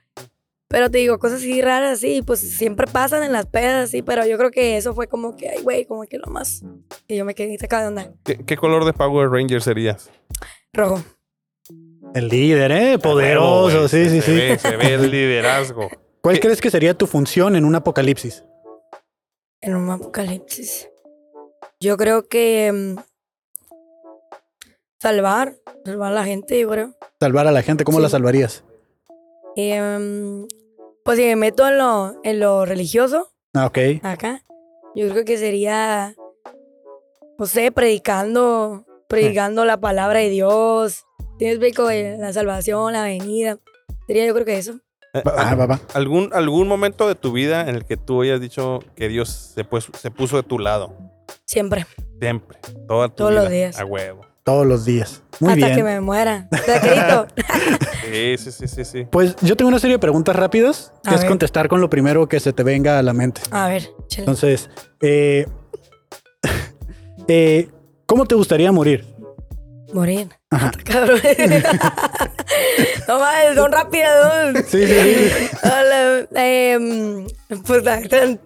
E: pero te digo, cosas así raras, sí, pues siempre pasan en las pedas, sí, pero yo creo que eso fue como que, ay, güey, como que lo más. Que yo me quedé sacada de onda.
A: ¿Qué, qué color de Power Ranger serías?
E: Rojo.
C: El líder, ¿eh? Poderoso,
A: Huevo, Ah, güey.
C: sí, sí,
A: Se
C: sí.
A: ve- se ve el liderazgo.
C: ¿Cuál crees que sería tu función en un apocalipsis?
E: En un apocalipsis. Yo creo que. mm, salvar. Salvar a la gente, yo creo.
C: Salvar a la gente, ¿cómo
E: Sí.
C: la salvarías?
E: Em, pues si me meto en lo, en lo religioso,
C: Ah, ok.
E: acá, yo creo que sería, no sé, predicando, predicando la palabra de Dios. Tienes explico Eh, la salvación, la venida. Sería yo creo que eso.
C: Ah, va, va.
A: ¿Algún, ¿Algún momento de tu vida en el que tú hayas dicho que Dios se, pues, se puso de tu lado?
E: Siempre.
A: Siempre. Toda tu
E: Todos
A: vida,
E: los días.
A: A huevo.
C: Todos los días. Muy
E: hasta
C: bien.
E: que me muera. ¿Te acredito?
A: Sí, sí, sí, sí. sí.
C: Pues yo tengo una serie de preguntas rápidas que
E: A
C: es
E: ver.
C: contestar con lo primero que se te venga a la mente.
E: A ver, chale.
C: Entonces, eh, (laughs) eh, ¿cómo te gustaría morir?
E: Morir. (laughs) Cabrón. no mames, son rápidas. Son...
C: Sí, sí, sí.
E: (laughs) Hola, em, pues la neta, (laughs) no,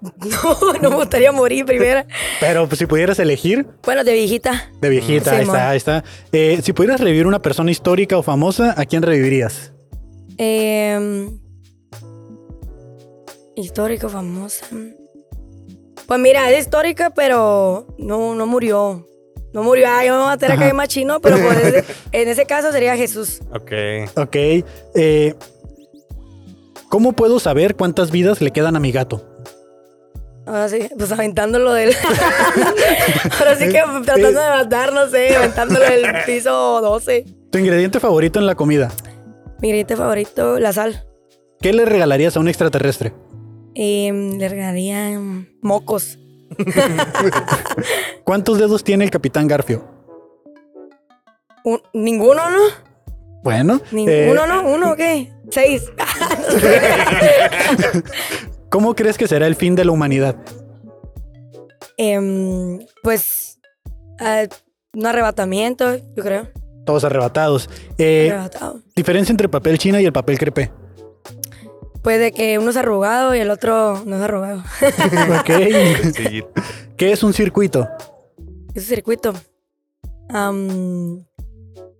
E: no me gustaría morir primero.
C: Pero pues, si pudieras elegir
E: Bueno, de viejita,
C: de viejita,
E: Sí,
C: ahí
E: mon.
C: está, ahí está. Eh, si pudieras revivir una persona histórica o famosa, ¿a quién revivirías?
E: em, histórico, famosa. Pues mira, es histórica, pero no, no murió. No murió. Ah, yo me voy a meter acá
C: Ajá.
E: bien machino, pero
C: (laughs)
E: pues, ese- en ese caso sería Jesús.
A: Ok.
C: Ok. eh, ¿Cómo puedo saber cuántas vidas le quedan a mi gato?
E: Ahora sí, pues
C: (laughs)
E: aventándolo del. Ahora sí que tratando de matar, no sé, aventándolo del piso 12.
C: Tu ingrediente favorito en la comida.
E: Mi ingrediente favorito, la sal.
C: ¿Qué le regalarías a un extraterrestre?
E: Eh, le regalaría mm, mocos.
C: ¿Cuántos dedos tiene el capitán Garfio?
E: Un- ninguno, ¿no?
C: Bueno, eh,
E: Ninguno, ¿no? ¿Uno o qué? Seis.
C: eh, ¿cómo crees que será el fin de la humanidad?
E: Em, pues ah, un arrebatamiento, yo creo.
C: Todos arrebatados. Eh,
E: Arrebatado.
C: diferencia entre papel china y el papel crepé.
E: Pues de que uno es arrugado y el otro no es arrugado. (laughs)
C: Ok.
A: Sí,
C: ¿Qué es un circuito?
E: Es un circuito. Am,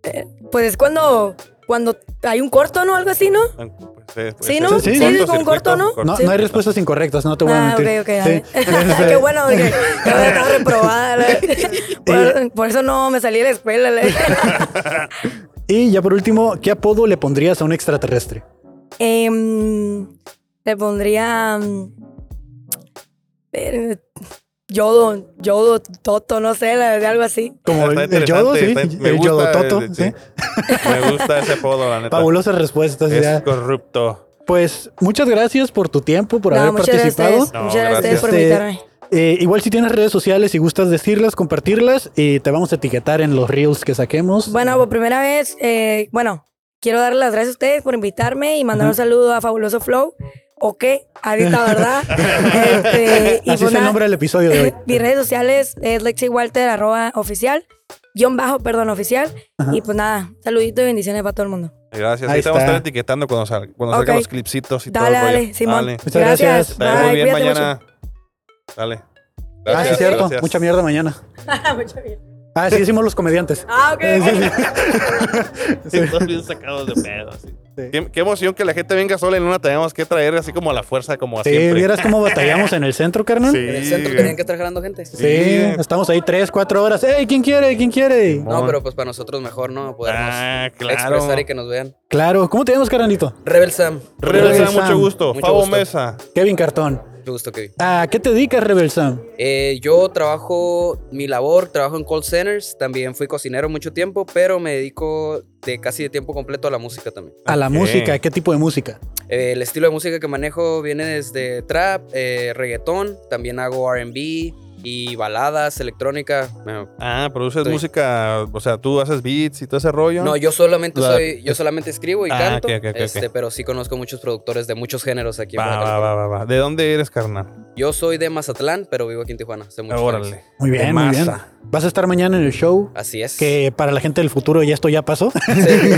E: eh, pues es cuando, cuando hay un corto, ¿no? Algo así, ¿no?
A: tan- pues, Sí, puede
E: Sí,
A: ser
E: ¿no?
A: un
C: Sí, sí,
A: cortocircuito,
E: con corto, ¿no?
A: pues,
C: No,
E: Sí.
C: no hay respuestas incorrectas, no te voy a
E: Ah,
C: mentir.
E: ok, ok.
C: Sí.
E: dale.
C: (laughs) Este,
E: Ah, (laughs) Qué bueno, porque yo había estado reprobada. la- Por, por eso no me salí de la escuela. la-
C: Y ya por último, ¿qué apodo le pondrías a un extraterrestre?
E: (laughs) Em, le pondría. mm, eh, yodo, yodo, toto, no sé, la- algo así.
C: Como el,
A: Está
C: el yodo, sí,
A: interesante, está- me
C: el
A: gusta,
C: yodo toto,
A: eh,
C: sí.
A: sí. Me gusta ese apodo, la neta.
C: Fabulosas respuestas.
A: Es
C: ya.
A: corrupto.
C: Pues muchas gracias por tu tiempo, por
E: No,
C: haber
E: muchas gracias a
C: participado. Este,
E: ustedes,
A: No,
E: muchas gracias a ustedes por
C: gracias.
E: invitarme.
C: Eh, igual si tienes redes sociales y gustas decirlas, compartirlas, y te vamos a etiquetar en los reels que saquemos.
E: Bueno, por primera vez, eh, bueno, quiero darle las gracias a ustedes por invitarme y mandar un saludo a Fabuloso Flow. ¿O qué? Adicta,
C: (laughs)
E: ¿verdad? Este, y
C: Así
E: pues
C: es el
E: nada,
C: nombre del episodio de hoy.
E: Mis redes sociales es Lexi Walter, arroba oficial, guión bajo, perdón, oficial. Y pues nada, saluditos y bendiciones para todo el mundo.
A: Gracias.
C: Ahí
A: Ahí te vamos a estar
C: está.
A: etiquetando cuando, sal- cuando
E: Ok.
A: salgan los clipsitos y todo. el
E: Dale,
A: rollo.
E: dale, Simón.
A: Dale.
C: Muchas gracias.
A: Te vemos
E: Bye,
A: bien
E: cuídate
A: mañana. Dale.
C: ah, sí,
A: (laughs) Gracias,
C: cierto.
A: gracias.
C: Mucha mierda mañana.
E: mucho. (laughs) Mucho bien.
C: Ah, sí, decimos
A: (laughs)
C: los comediantes.
E: Ah, ok.
C: Eh, sí, sí.
A: Todos bien sacados de pedo. así.
C: Sí.
A: Qué, qué emoción que la gente venga sola en una. Tenemos que traer así como a la fuerza, como a
C: Sí,
A: siempre.
C: vieras cómo batallamos en el centro, carnal.
A: Sí,
C: Sí,
F: En el centro
A: güey.
F: tenían que estar jalando gente.
C: estamos ahí tres, cuatro horas. ¡Ey, quién quiere! ¿Quién quiere?
F: No, pero pues para nosotros mejor, ¿no? Podernos
A: Ah,
F: expresar
A: claro.
F: y que nos vean.
C: Claro, ¿cómo te llamas, carnalito?
F: Rebel Sam.
A: Regresa,
C: Regresamos.
A: mucho gusto.
F: Mucho
A: Fabo
F: gusto.
A: Mesa.
C: Kevin Cartón.
F: Mucho gusto, Kevin.
C: ¿A qué te dedicas, Rebel Sam?
F: Eh, yo trabajo, mi labor, trabajo en call centers. También fui cocinero mucho tiempo, pero me dedico de casi de tiempo completo a la música también.
C: A la
A: Ok.
C: música, ¿qué tipo de música?
F: Eh, el estilo de música que manejo viene desde trap, eh, reggaetón, también hago RB y baladas, electrónica. No,
A: Ah, produces
F: Sí.
A: música. O sea, tú haces beats y todo ese rollo.
F: No, yo solamente
A: La-
F: soy, yo solamente escribo y
A: Ah,
F: canto,
A: ok, ok, ok,
F: este,
A: ok.
F: pero sí conozco muchos productores de muchos géneros aquí en
A: Va,
F: Baja
A: va, va,
F: California.
A: va, va. ¿De dónde eres, carnal?
F: Yo soy de Mazatlán, pero vivo aquí en Tijuana hace muchos años.
A: Órale.
C: Muy
A: De
C: bien, muy bien.
A: masa.
C: Vas a estar mañana en el show,
F: Así es.
C: que para la gente del futuro ya esto ya pasó. (laughs)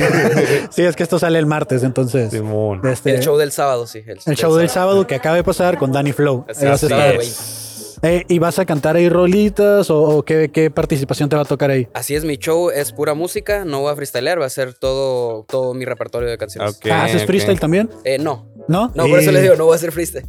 C: sí, es que esto sale el martes, entonces.
A: Simón.
C: este,
F: El show del sábado, sí. El,
C: el show del sábado que acaba de pasar con Danny Flow.
F: Así
C: Ahí vas a
F: es.
C: estar.
F: Sí.
C: Eh, ¿Y vas a cantar ahí rolitas o, o qué, qué participación te va a tocar ahí?
F: Así es, mi show es pura música, no voy a freestylear, va a ser todo, todo mi repertorio de canciones.
A: Ok,
C: Ah, ¿Haces
A: ok.
C: freestyle también?
F: Eh, no,
C: ¿No?
F: no, por eso
C: Y
F: les digo, no voy a hacer freestyle.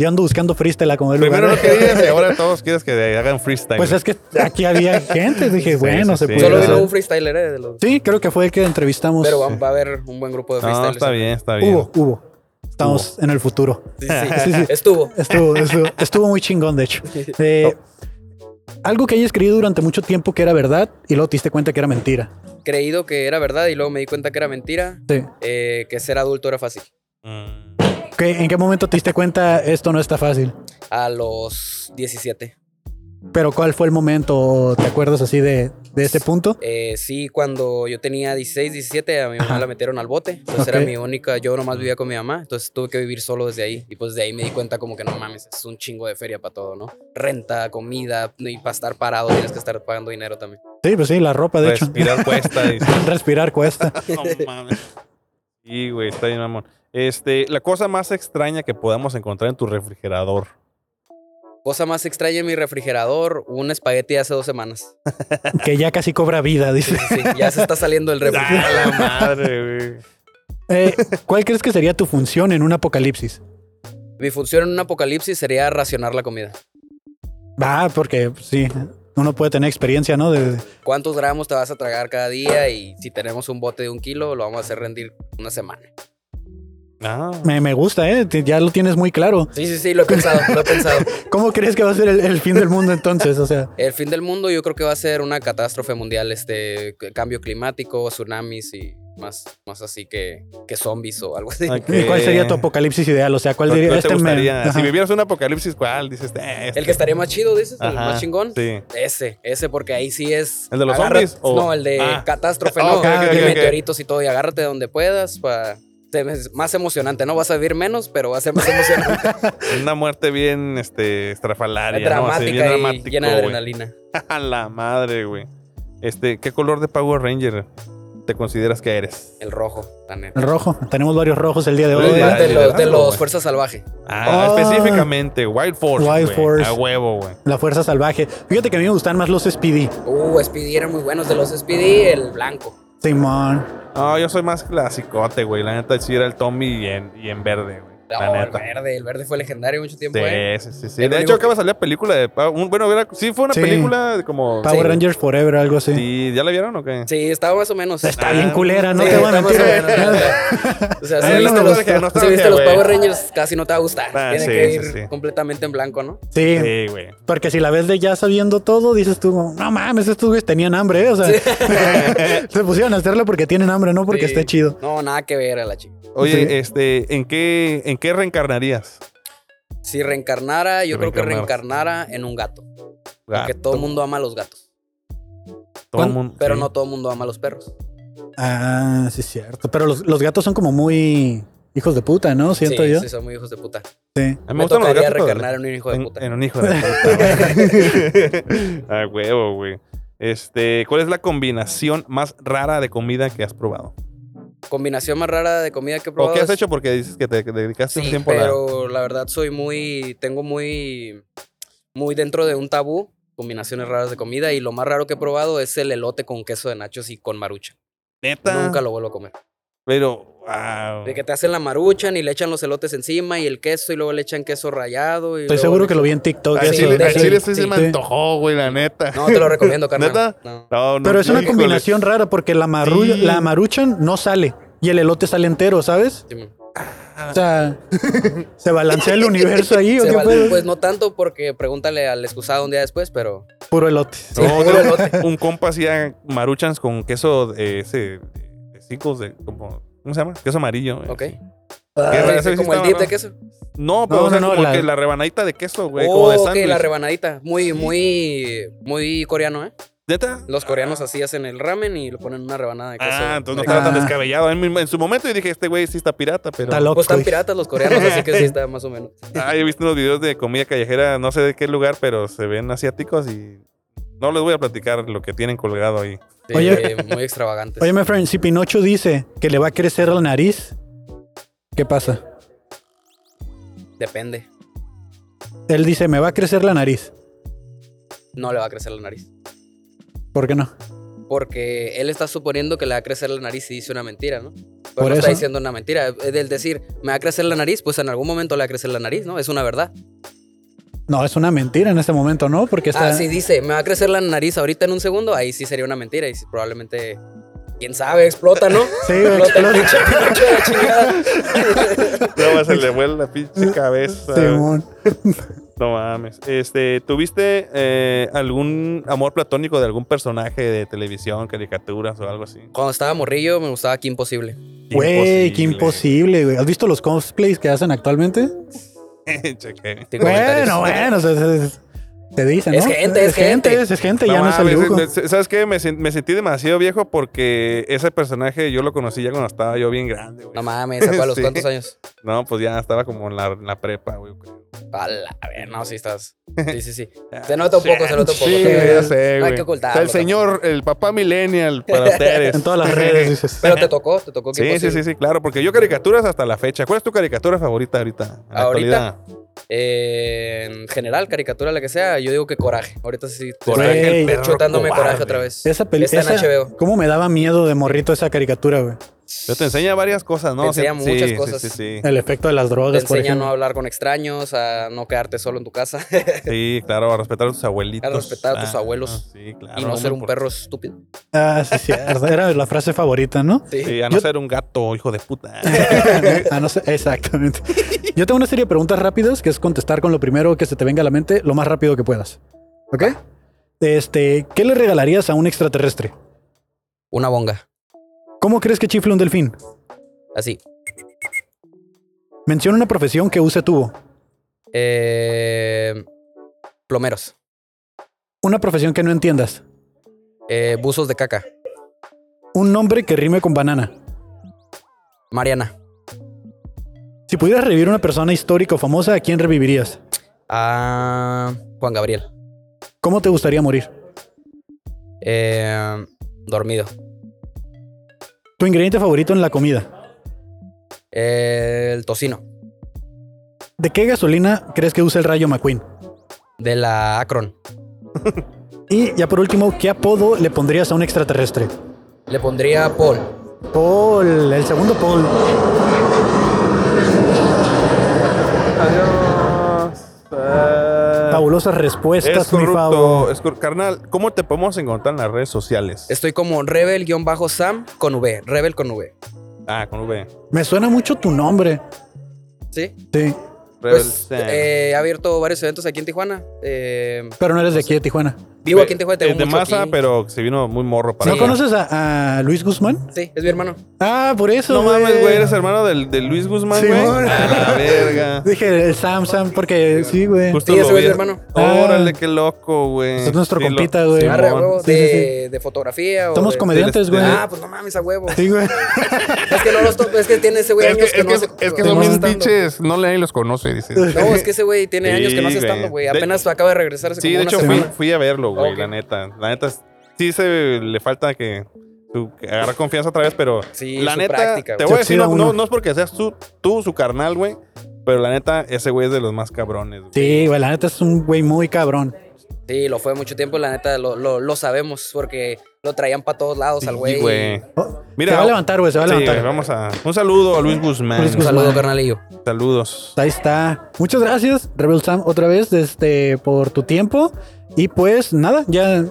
C: Yo ando buscando freestyle a como el
A: Primero
C: lugar.
A: no querías y ahora todos quieres que hagan freestyle.
C: Pues es que aquí había gente, dije,
A: Sí,
C: bueno,
A: sí,
C: se
A: sí.
C: puede.
F: Solo
A: o sea,
F: vino
C: hacer.
F: un freestyler, eh, de los-
C: Sí, creo que fue el que entrevistamos. Eh,
F: pero va, va a haber un buen grupo de
A: No,
F: freestylers.
A: está bien, está bien.
C: Hubo, hubo. Estamos en el futuro.
F: Sí, sí,
C: (laughs) Sí, sí.
F: Estuvo.
C: Estuvo, estuvo, estuvo muy chingón, de hecho. Eh, Algo que hayas creído durante mucho tiempo que era verdad y luego te diste cuenta que era mentira.
F: Creído que era verdad y luego me di cuenta que era mentira,
C: Sí.
F: eh, que ser adulto era fácil.
A: Mm.
C: ¿Qué- ¿En qué momento te diste cuenta esto no está fácil?
F: A los 17.
C: Pero ¿cuál fue el momento? o ¿Te acuerdas así de, de ese punto?
F: Eh, sí, cuando yo tenía 16, 17, a mi mamá
C: Ajá.
F: la metieron al bote. Entonces
C: Ok.
F: era mi única, yo nomás vivía con mi mamá, entonces tuve que vivir solo desde ahí. Y pues de ahí me di cuenta como que no mames, es un chingo de feria para todo, ¿no? Renta, comida, y para estar parado tienes que estar pagando dinero también.
C: Sí, pues sí, la ropa, de hecho.
A: Respirar cuesta. dice.
C: Respirar cuesta.
A: No
C: (laughs)
A: mames. Sí, güey, está bien, mamón. Este, la cosa más extraña que podamos encontrar en tu
C: (laughs)
A: refrigerador.
F: Cosa más extraña en mi refrigerador, un espagueti hace dos semanas.
C: Que ya casi cobra vida, dice.
F: Sí, ya se está saliendo
C: (laughs)
F: el refri.
A: ¡Ah, la madre, güey!
C: Eh, ¿Cuál crees que sería tu función en un apocalipsis?
F: mi función en un apocalipsis sería racionar la comida.
C: Va, porque sí, uno puede tener experiencia, ¿no? De,
F: ¿Cuántos gramos te vas a tragar cada día? Y si tenemos un bote de un kilo, lo vamos a hacer rendir una semana.
A: No.
C: me, me gusta, ¿eh? Te- Ya lo tienes muy claro.
F: Sí, sí, sí, lo he pensado, lo he pensado.
C: ¿Cómo crees que va a ser el, el fin del mundo entonces? O
F: (laughs)
C: sea,
F: El fin del mundo yo creo que va a ser una catástrofe mundial, este c- cambio climático, tsunamis y más, más así que, que zombies o algo así.
A: Ok.
C: ¿cuál sería tu apocalipsis ideal? O sea, ¿cuál
A: ¿Cuál
C: diría?
A: te
C: Este me-
A: gustaría?
C: Ajá.
A: Si vivieras un apocalipsis, ¿cuál? Dices, eh, este.
F: El que estaría más chido, dices, el
A: Ajá,
F: más chingón.
A: Sí.
F: Ese, ese, porque ahí sí es.
A: ¿El de los
F: agarra-
A: zombies o-
F: No, el de
A: Ah.
F: catástrofe,
A: Ah,
F: no.
A: ok,
F: de
A: ok, ok, ok.
F: meteoritos y todo, y agárrate donde puedas para. Es más emocionante, ¿no? Vas a vivir menos, pero va a ser
A: (laughs)
F: más emocionante.
C: Eh,
A: Una muerte bien este, estrafalaria. ¿no? Así, bien
F: dramática y
A: dramático,
F: llena de
A: güey.
F: adrenalina.
A: (laughs) A la madre, güey. Este, ¿qué color de Power Ranger te consideras que eres?
F: El rojo, la neta.
C: El rojo. Tenemos varios rojos el día de hoy. ¿eh?
A: Muy bien.
C: ¿verdad?
F: De
A: el
F: los,
A: rojo,
F: de los
A: güey.
F: Fuerza Salvaje.
A: Ah,
C: Ah.
A: específicamente, Wild Force.
C: Wild
A: güey.
C: Force.
A: A huevo, güey.
C: La fuerza salvaje. Fíjate que a mí me gustan más los Speedy.
F: Uh, Speedy eran muy buenos. De los Speedy, el blanco.
C: Simón.
A: No, yo soy más clasicote, güey. La neta, sí era el Tommy y en, y en verde, güey. La
F: No, Oh, el
A: neta.
F: verde, el verde fue legendario mucho tiempo. ¿eh?
A: Sí, sí, sí, sí.
F: El
A: De
F: único
A: hecho, acaba
F: que-
A: de salir la película de. Pa- un- bueno, era- sí, fue una
C: Sí.
A: película de como.
C: Power
F: Sí.
C: Rangers Forever, algo así.
A: Sí, ¿Ya la vieron o qué?
F: Sí, estaba más o menos.
C: Está
F: Ah,
C: bien culera, no
F: sí,
C: te voy a
F: está más
C: mentir.
F: o menos.
A: (laughs)
F: O sea,
C: Ahí
F: si
C: no
F: viste,
C: me
F: los,
C: gustó.
F: si viste los Power Rangers, casi no te va a gustar.
A: Ah,
F: Tiene
A: sí,
F: que
A: sí,
F: ir
A: sí.
F: completamente en blanco, ¿no?
C: (laughs) Sí,
A: Sí, güey.
C: porque si la ves de ya sabiendo todo, dices tú, no mames, estos güeyes tenían hambre, ¿eh? o sea, (laughs) se pusieron a hacerlo porque tienen hambre, no porque
F: Sí.
C: esté chido.
F: No, nada que ver a la chica.
A: Oye,
C: Sí.
A: este, ¿en qué, ¿en qué reencarnarías?
F: Si reencarnara, yo
A: Si
F: creo que
A: reencarnaras.
F: reencarnara en un gato. Porque
A: Gato,
F: todo el mundo ama a los gatos.
A: Ah, todo
C: ¿cuán-
A: mundo-
F: Pero
A: sí.
F: no todo el mundo ama a los perros.
C: Ah, sí, es cierto. Pero los, los gatos son como muy hijos de puta, ¿no? Siento
F: sí,
C: yo.
F: sí, son muy hijos de puta.
A: A
C: Sí.
A: mí me
F: Me
A: gustan los
F: tocaría
A: gatos, pero-
F: reencarnar en un hijo de
A: en,
F: puta.
A: en un hijo de puta.
F: (laughs)
A: A huevo, güey. (laughs) Este, ¿cuál es la combinación más rara de comida que has probado?
F: Combinación más rara de comida que he probado.
A: ¿O qué has
F: es-
A: hecho? Porque dices que te que dedicaste un
F: Sí,
A: tiempo a la-
F: pero la verdad soy muy, tengo muy, muy dentro de un tabú combinaciones raras de comida y lo más raro que he probado es el elote con queso de nachos y con marucha.
A: Neta.
F: Nunca lo vuelvo a comer.
A: Pero, wow.
F: De que te hacen la marucha y le echan los elotes encima y el queso y luego le echan queso rayado. Y
C: Estoy
F: luego
C: seguro
F: le
C: que lo vi en TikTok.
A: Al
F: Así
C: eso.
A: chile,
F: de-
A: al
F: sí,
A: chile sí, se
F: sí.
A: me antojó, güey, la neta.
F: echan- No, te
A: (laughs)
F: lo recomiendo, carnal.
A: ¿Neta?
F: No.
A: No, no,
C: Pero es una
A: híjole.
C: combinación rara porque la, marru
A: Sí.
C: la maruchan no sale y el elote sale entero, ¿sabes?
F: Sí, man.
C: O sea,
F: (laughs)
C: se balancea el universo ahí o
F: Ah. Se
C: qué
F: vale,
C: pedo?
F: pues no tanto porque pregúntale al excusado un día después, pero
C: Puro elote.
F: sí,
A: No,
F: puro
A: no.
F: elote.
A: Un compa hacía maruchans con queso eh, ese de hocicos de como ¿cómo se llama? Queso amarillo. eh.
F: Ok.
A: Qué raro,
F: Ah,
A: ese sí
F: como el
A: estaba
F: dip de
A: raro.
F: queso.
A: No, pero
C: No,
A: o sea,
C: no, no,
A: como
C: la-
A: que la rebanadita de queso, güey, como
F: Oh,
A: de
F: ok,
A: sándwich.
F: la rebanadita. Muy, muy, muy coreano, ¿eh?
A: ¿Neta?
F: Los coreanos así hacen el ramen y le ponen una rebanada de queso.
A: Ah, entonces no
F: De-
A: estaba tan
C: Ah.
A: descabellado. En, mi- en su momento yo dije, este güey sí está pirata, pero...
C: Está loco.
F: Pues están
C: güey.
F: piratas los coreanos, así
A: (laughs)
F: que sí está más o menos.
A: Ah, he visto unos videos de comida callejera, no sé de qué lugar, pero se ven asiáticos y... No les voy a platicar lo que tienen colgado
C: (laughs)
A: ahí.
F: Sí,
C: Oye.
F: eh, muy extravagantes.
C: Oye, my friend, si Pinocho dice que le va a crecer la nariz, ¿qué pasa?
F: Depende.
C: Él dice, me va a crecer la nariz.
F: No le va a crecer la nariz.
C: ¿Por qué no?
F: Porque él está suponiendo que le va a crecer la nariz y dice una mentira, ¿no? Pero
C: Por
F: no está
C: eso.
F: diciendo una mentira. Eh, Del decir, me va a crecer la nariz, pues en algún momento le va a crecer la nariz, ¿no? Es una verdad.
C: No, es una mentira en este momento, ¿no? Porque está...
F: Ah, si dice, me va a crecer la nariz ahorita en un segundo, ahí sí sería una mentira y sí, probablemente, quién sabe, explota, ¿no?
C: (laughs) Sí, güey,
F: Explota el
C: explota.
F: pinche Pinocho de la chingada.
A: Nada más se le vuela la pinche cabeza.
C: Simón.
A: No mames. Este, ¿tuviste eh, algún amor platónico de algún personaje de televisión, caricaturas o algo así?
F: Cuando estaba morrillo, me gustaba aquí imposible.
C: Güey, qué imposible, güey. ¿Has visto los cosplays que hacen actualmente?
A: (laughs) Chequé.
F: Tengo comentarios.
C: Bueno, bueno, o sea, se, se- se dice, ¿no?
F: Es gente, es gente.
C: Es, es gente, Este ya
A: No
C: no es el
A: mames,
C: lujo.
A: me- ¿Sabes qué? Me, sen- me sentí demasiado viejo porque ese personaje yo lo conocí ya cuando estaba yo bien grande, güey.
F: No mames, ¿a los
A: pues. (laughs) Sí.
F: cuántos años?
A: No, pues ya estaba como en la, en la prepa, güey.
F: A la ver, no, sí estás. Sí,
A: (laughs)
F: sí, sí. Se nota un poco, se nota un poco.
A: Sí,
C: güey,
A: ya sé,
F: No
A: güey.
F: hay que
A: O sea,
F: ocultarlo.
A: el señor, el papá millennial para ustedes.
C: (laughs) En todas las redes
F: (laughs)
C: dices.
F: Pero te tocó, te tocó que
A: Sí, sí, sí, sí, claro, porque yo caricaturas hasta la fecha. ¿Cuál es tu caricatura favorita ahorita? en la
F: Ahorita,
A: actualidad?
F: Eh, en general, caricatura, la que sea, yo digo que coraje. Ahorita sí. estoy
C: Coraje, el
F: estoy
A: perro
F: Chutándome
A: cobarde.
F: coraje otra vez.
C: Esa
F: Está
C: película.
F: en HBO.
C: ¿Cómo me daba miedo de morrito esa caricatura, güey?
A: Yo te enseña varias cosas, ¿no?
F: Te enseña
A: Sí,
F: muchas
A: sí,
F: cosas.
A: Sí,
F: (laughs)
A: sí, sí.
C: El efecto de las
F: Te
C: drogas, por
F: enseña a no
C: ejemplo.
F: hablar con extraños, a no quedarte solo en tu casa
A: Sí, claro, a respetar a tus abuelitos.
F: A respetar a tus abuelos.
A: ah, Sí, claro.
F: (laughs) y no ser un
A: por-
F: perro estúpido.
C: Ah, sí, sí. Era la frase favorita, ¿no? (laughs)
F: Sí.
A: Sí, a no
C: Yo-
A: ser un gato, hijo de
C: (laughs)
A: puta.
C: Ah, no sé, exactamente. Yo tengo una serie de preguntas rápidas que es contestar con lo primero que se te venga a la mente lo más rápido que puedas. ¿Ok? Este, ¿qué le regalarías a un extraterrestre?
F: Una bonga.
C: ¿Cómo crees que chifle un delfín?
F: Así.
C: Menciona una profesión que use tubo.
F: Eh, plomeros.
C: Una profesión que no entiendas.
F: Eh, buzos de caca.
C: Un nombre que rime con banana.
F: Mariana.
C: Si pudieras revivir una persona histórica o famosa, ¿a quién revivirías?
F: Ah, Juan Gabriel.
C: ¿Cómo te gustaría morir?
F: Eh, dormido.
C: Tu ingrediente favorito en la comida.
F: Eh, el tocino.
C: ¿De qué gasolina crees que usa el rayo McQueen?
F: De la Akron.
C: Y ya por último, ¿qué apodo le pondrías a un extraterrestre?
F: Le pondría Paul.
C: Paul, el segundo Paul.
A: Adiós. Eh,
C: Fabulosas respuestas,
A: es
C: Ah, mi Fabo.
A: corrupto. Es cor- Carnal, ¿cómo te podemos encontrar en las redes sociales?
F: Estoy como Rebel-Sam con V. Rebel con V.
A: Ah, con V.
C: Me suena mucho tu nombre.
F: ¿Sí?
C: Sí,
A: Rebel
F: Pues,
A: Sam.
F: eh, he abierto varios eventos aquí en Tijuana. Eh,
C: pero no eres de aquí de Tijuana.
F: vivo aquí en Tijuana. Tengo
A: Es de
F: mucho
A: masa,
F: aquí.
A: pero se vino muy morro para
C: ¿No
A: acá.
C: conoces a, a Luis Guzmán?
F: Sí, es mi hermano.
C: Ah, por eso.
A: No mames, güey, eres hermano del, de Luis Guzmán, güey.
C: Simón.
A: a la
F: (laughs)
A: verga.
C: Dije el Sam Sam porque sí, güey.
A: Justo
F: Sí,
A: lo
F: ese güey
A: vi.
F: es mi hermano.
A: Órale, qué loco, güey.
C: Ah. Es nuestro
A: Sí, lo-
C: compita, güey.
A: Sí,
F: Arre, a
A: mon.
F: huevo,
C: Sí,
F: de,
C: sí,
F: de fotografía. o
C: Somos
F: de-
C: comediantes,
A: del-
C: güey.
F: Ah, pues no mames, a huevo.
C: Sí, güey.
F: Es que no los topo, es que tiene ese güey
A: Es que,
F: años
A: es que,
F: no hace-
A: es que
F: no
A: son
F: hace
A: bien
F: stand-up.
A: pinches. No le los conoce, dices.
F: No, es que ese güey tiene
A: (laughs) Sí,
F: años que no hace
A: güey.
F: stand güey.
A: De-
F: Apenas acaba de regresar hace
A: Sí,
F: como
A: de
F: una
A: hecho fui,
F: semana.
A: fui a verlo, güey,
F: Ok.
A: la neta. La neta, sí se le falta que, su- que agarrar confianza otra vez, pero
F: Sí,
A: la
F: su
A: neta,
F: práctica,
A: te
F: güey.
A: voy a
C: Se
A: decir,
C: oxida
A: no, no,
C: uno.
A: no es porque seas tú, tú su carnal, güey, pero la neta, ese güey es de los más cabrones, güey.
C: Sí, güey, la neta es un güey muy cabrón.
F: Sí, lo fue mucho tiempo, la neta, lo, lo, lo sabemos, porque lo traían para todos lados al güey.
A: Sí, güey.
C: Oh,
A: Mira,
C: se va a levantar, güey, se va a
A: Sí,
C: levantar.
A: güey, vamos a... Un saludo a Luis Guzmán.
C: Luis
F: Un
C: Guzmán.
F: saludo, carnalillo.
A: Saludos.
C: Ahí está. Muchas gracias, Rebel Sam, otra vez, este, por tu tiempo. Y pues nada, ya.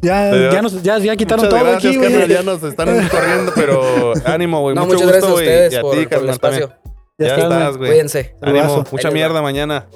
C: Ya,
A: Pero-
C: ya, nos, ya, ya quitaron
A: Muchas
C: todo
A: gracias,
C: aquí, güey.
A: carnal, ya nos están corriendo, pero ánimo, güey.
F: No,
A: Pues mucho
F: muchas
A: gusto,
F: gracias a
A: güey.
F: ustedes
A: y a
F: por,
A: ti,
F: por el
A: carnal, también.
F: espacio.
A: Ya,
C: Ya estás,
A: estás, güey.
F: Cuídense.
A: Ánimo,
C: Abrazo.
A: mucha
F: Ahí les va.
A: mierda mañana.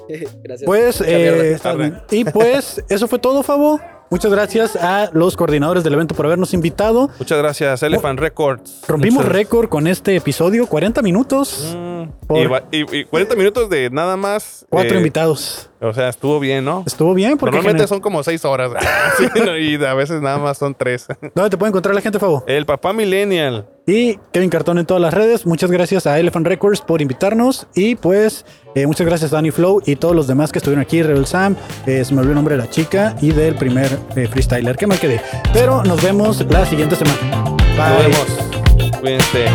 F: Gracias.
C: Pues,
F: Mucha mierda.
C: eh, estás
A: Arre.
C: bien. y pues, eso fue todo, Fabo. Muchas gracias a los coordinadores del evento por habernos invitado.
A: Muchas gracias, Elephant Records.
C: Rompimos
A: Muchas-
C: récord con este episodio, 40 minutos,
A: Mm,
C: Por-
A: Y, va- y- y 40 minutos de nada más.
C: cuatro
A: eh,
C: invitados.
A: O sea, estuvo bien, ¿no?
C: Estuvo bien porque
A: Normalmente
C: gener-
A: son como 6 horas. (laughs) Sí, ¿no? Y a veces nada más son 3.
C: ¿Dónde te puede encontrar la gente, Fabo?
A: El papá Millennial.
C: Y Kevin Cartón en todas las redes. Muchas gracias a Elephant Records por invitarnos. Y pues, eh, muchas gracias a Danny Flow y todos los demás que estuvieron aquí. Rebel Sam, eh, se me olvidó el nombre de la chica y del primer eh, freestyler que me quedé. Pero nos vemos la siguiente semana.
A: Nos vemos. Cuídense.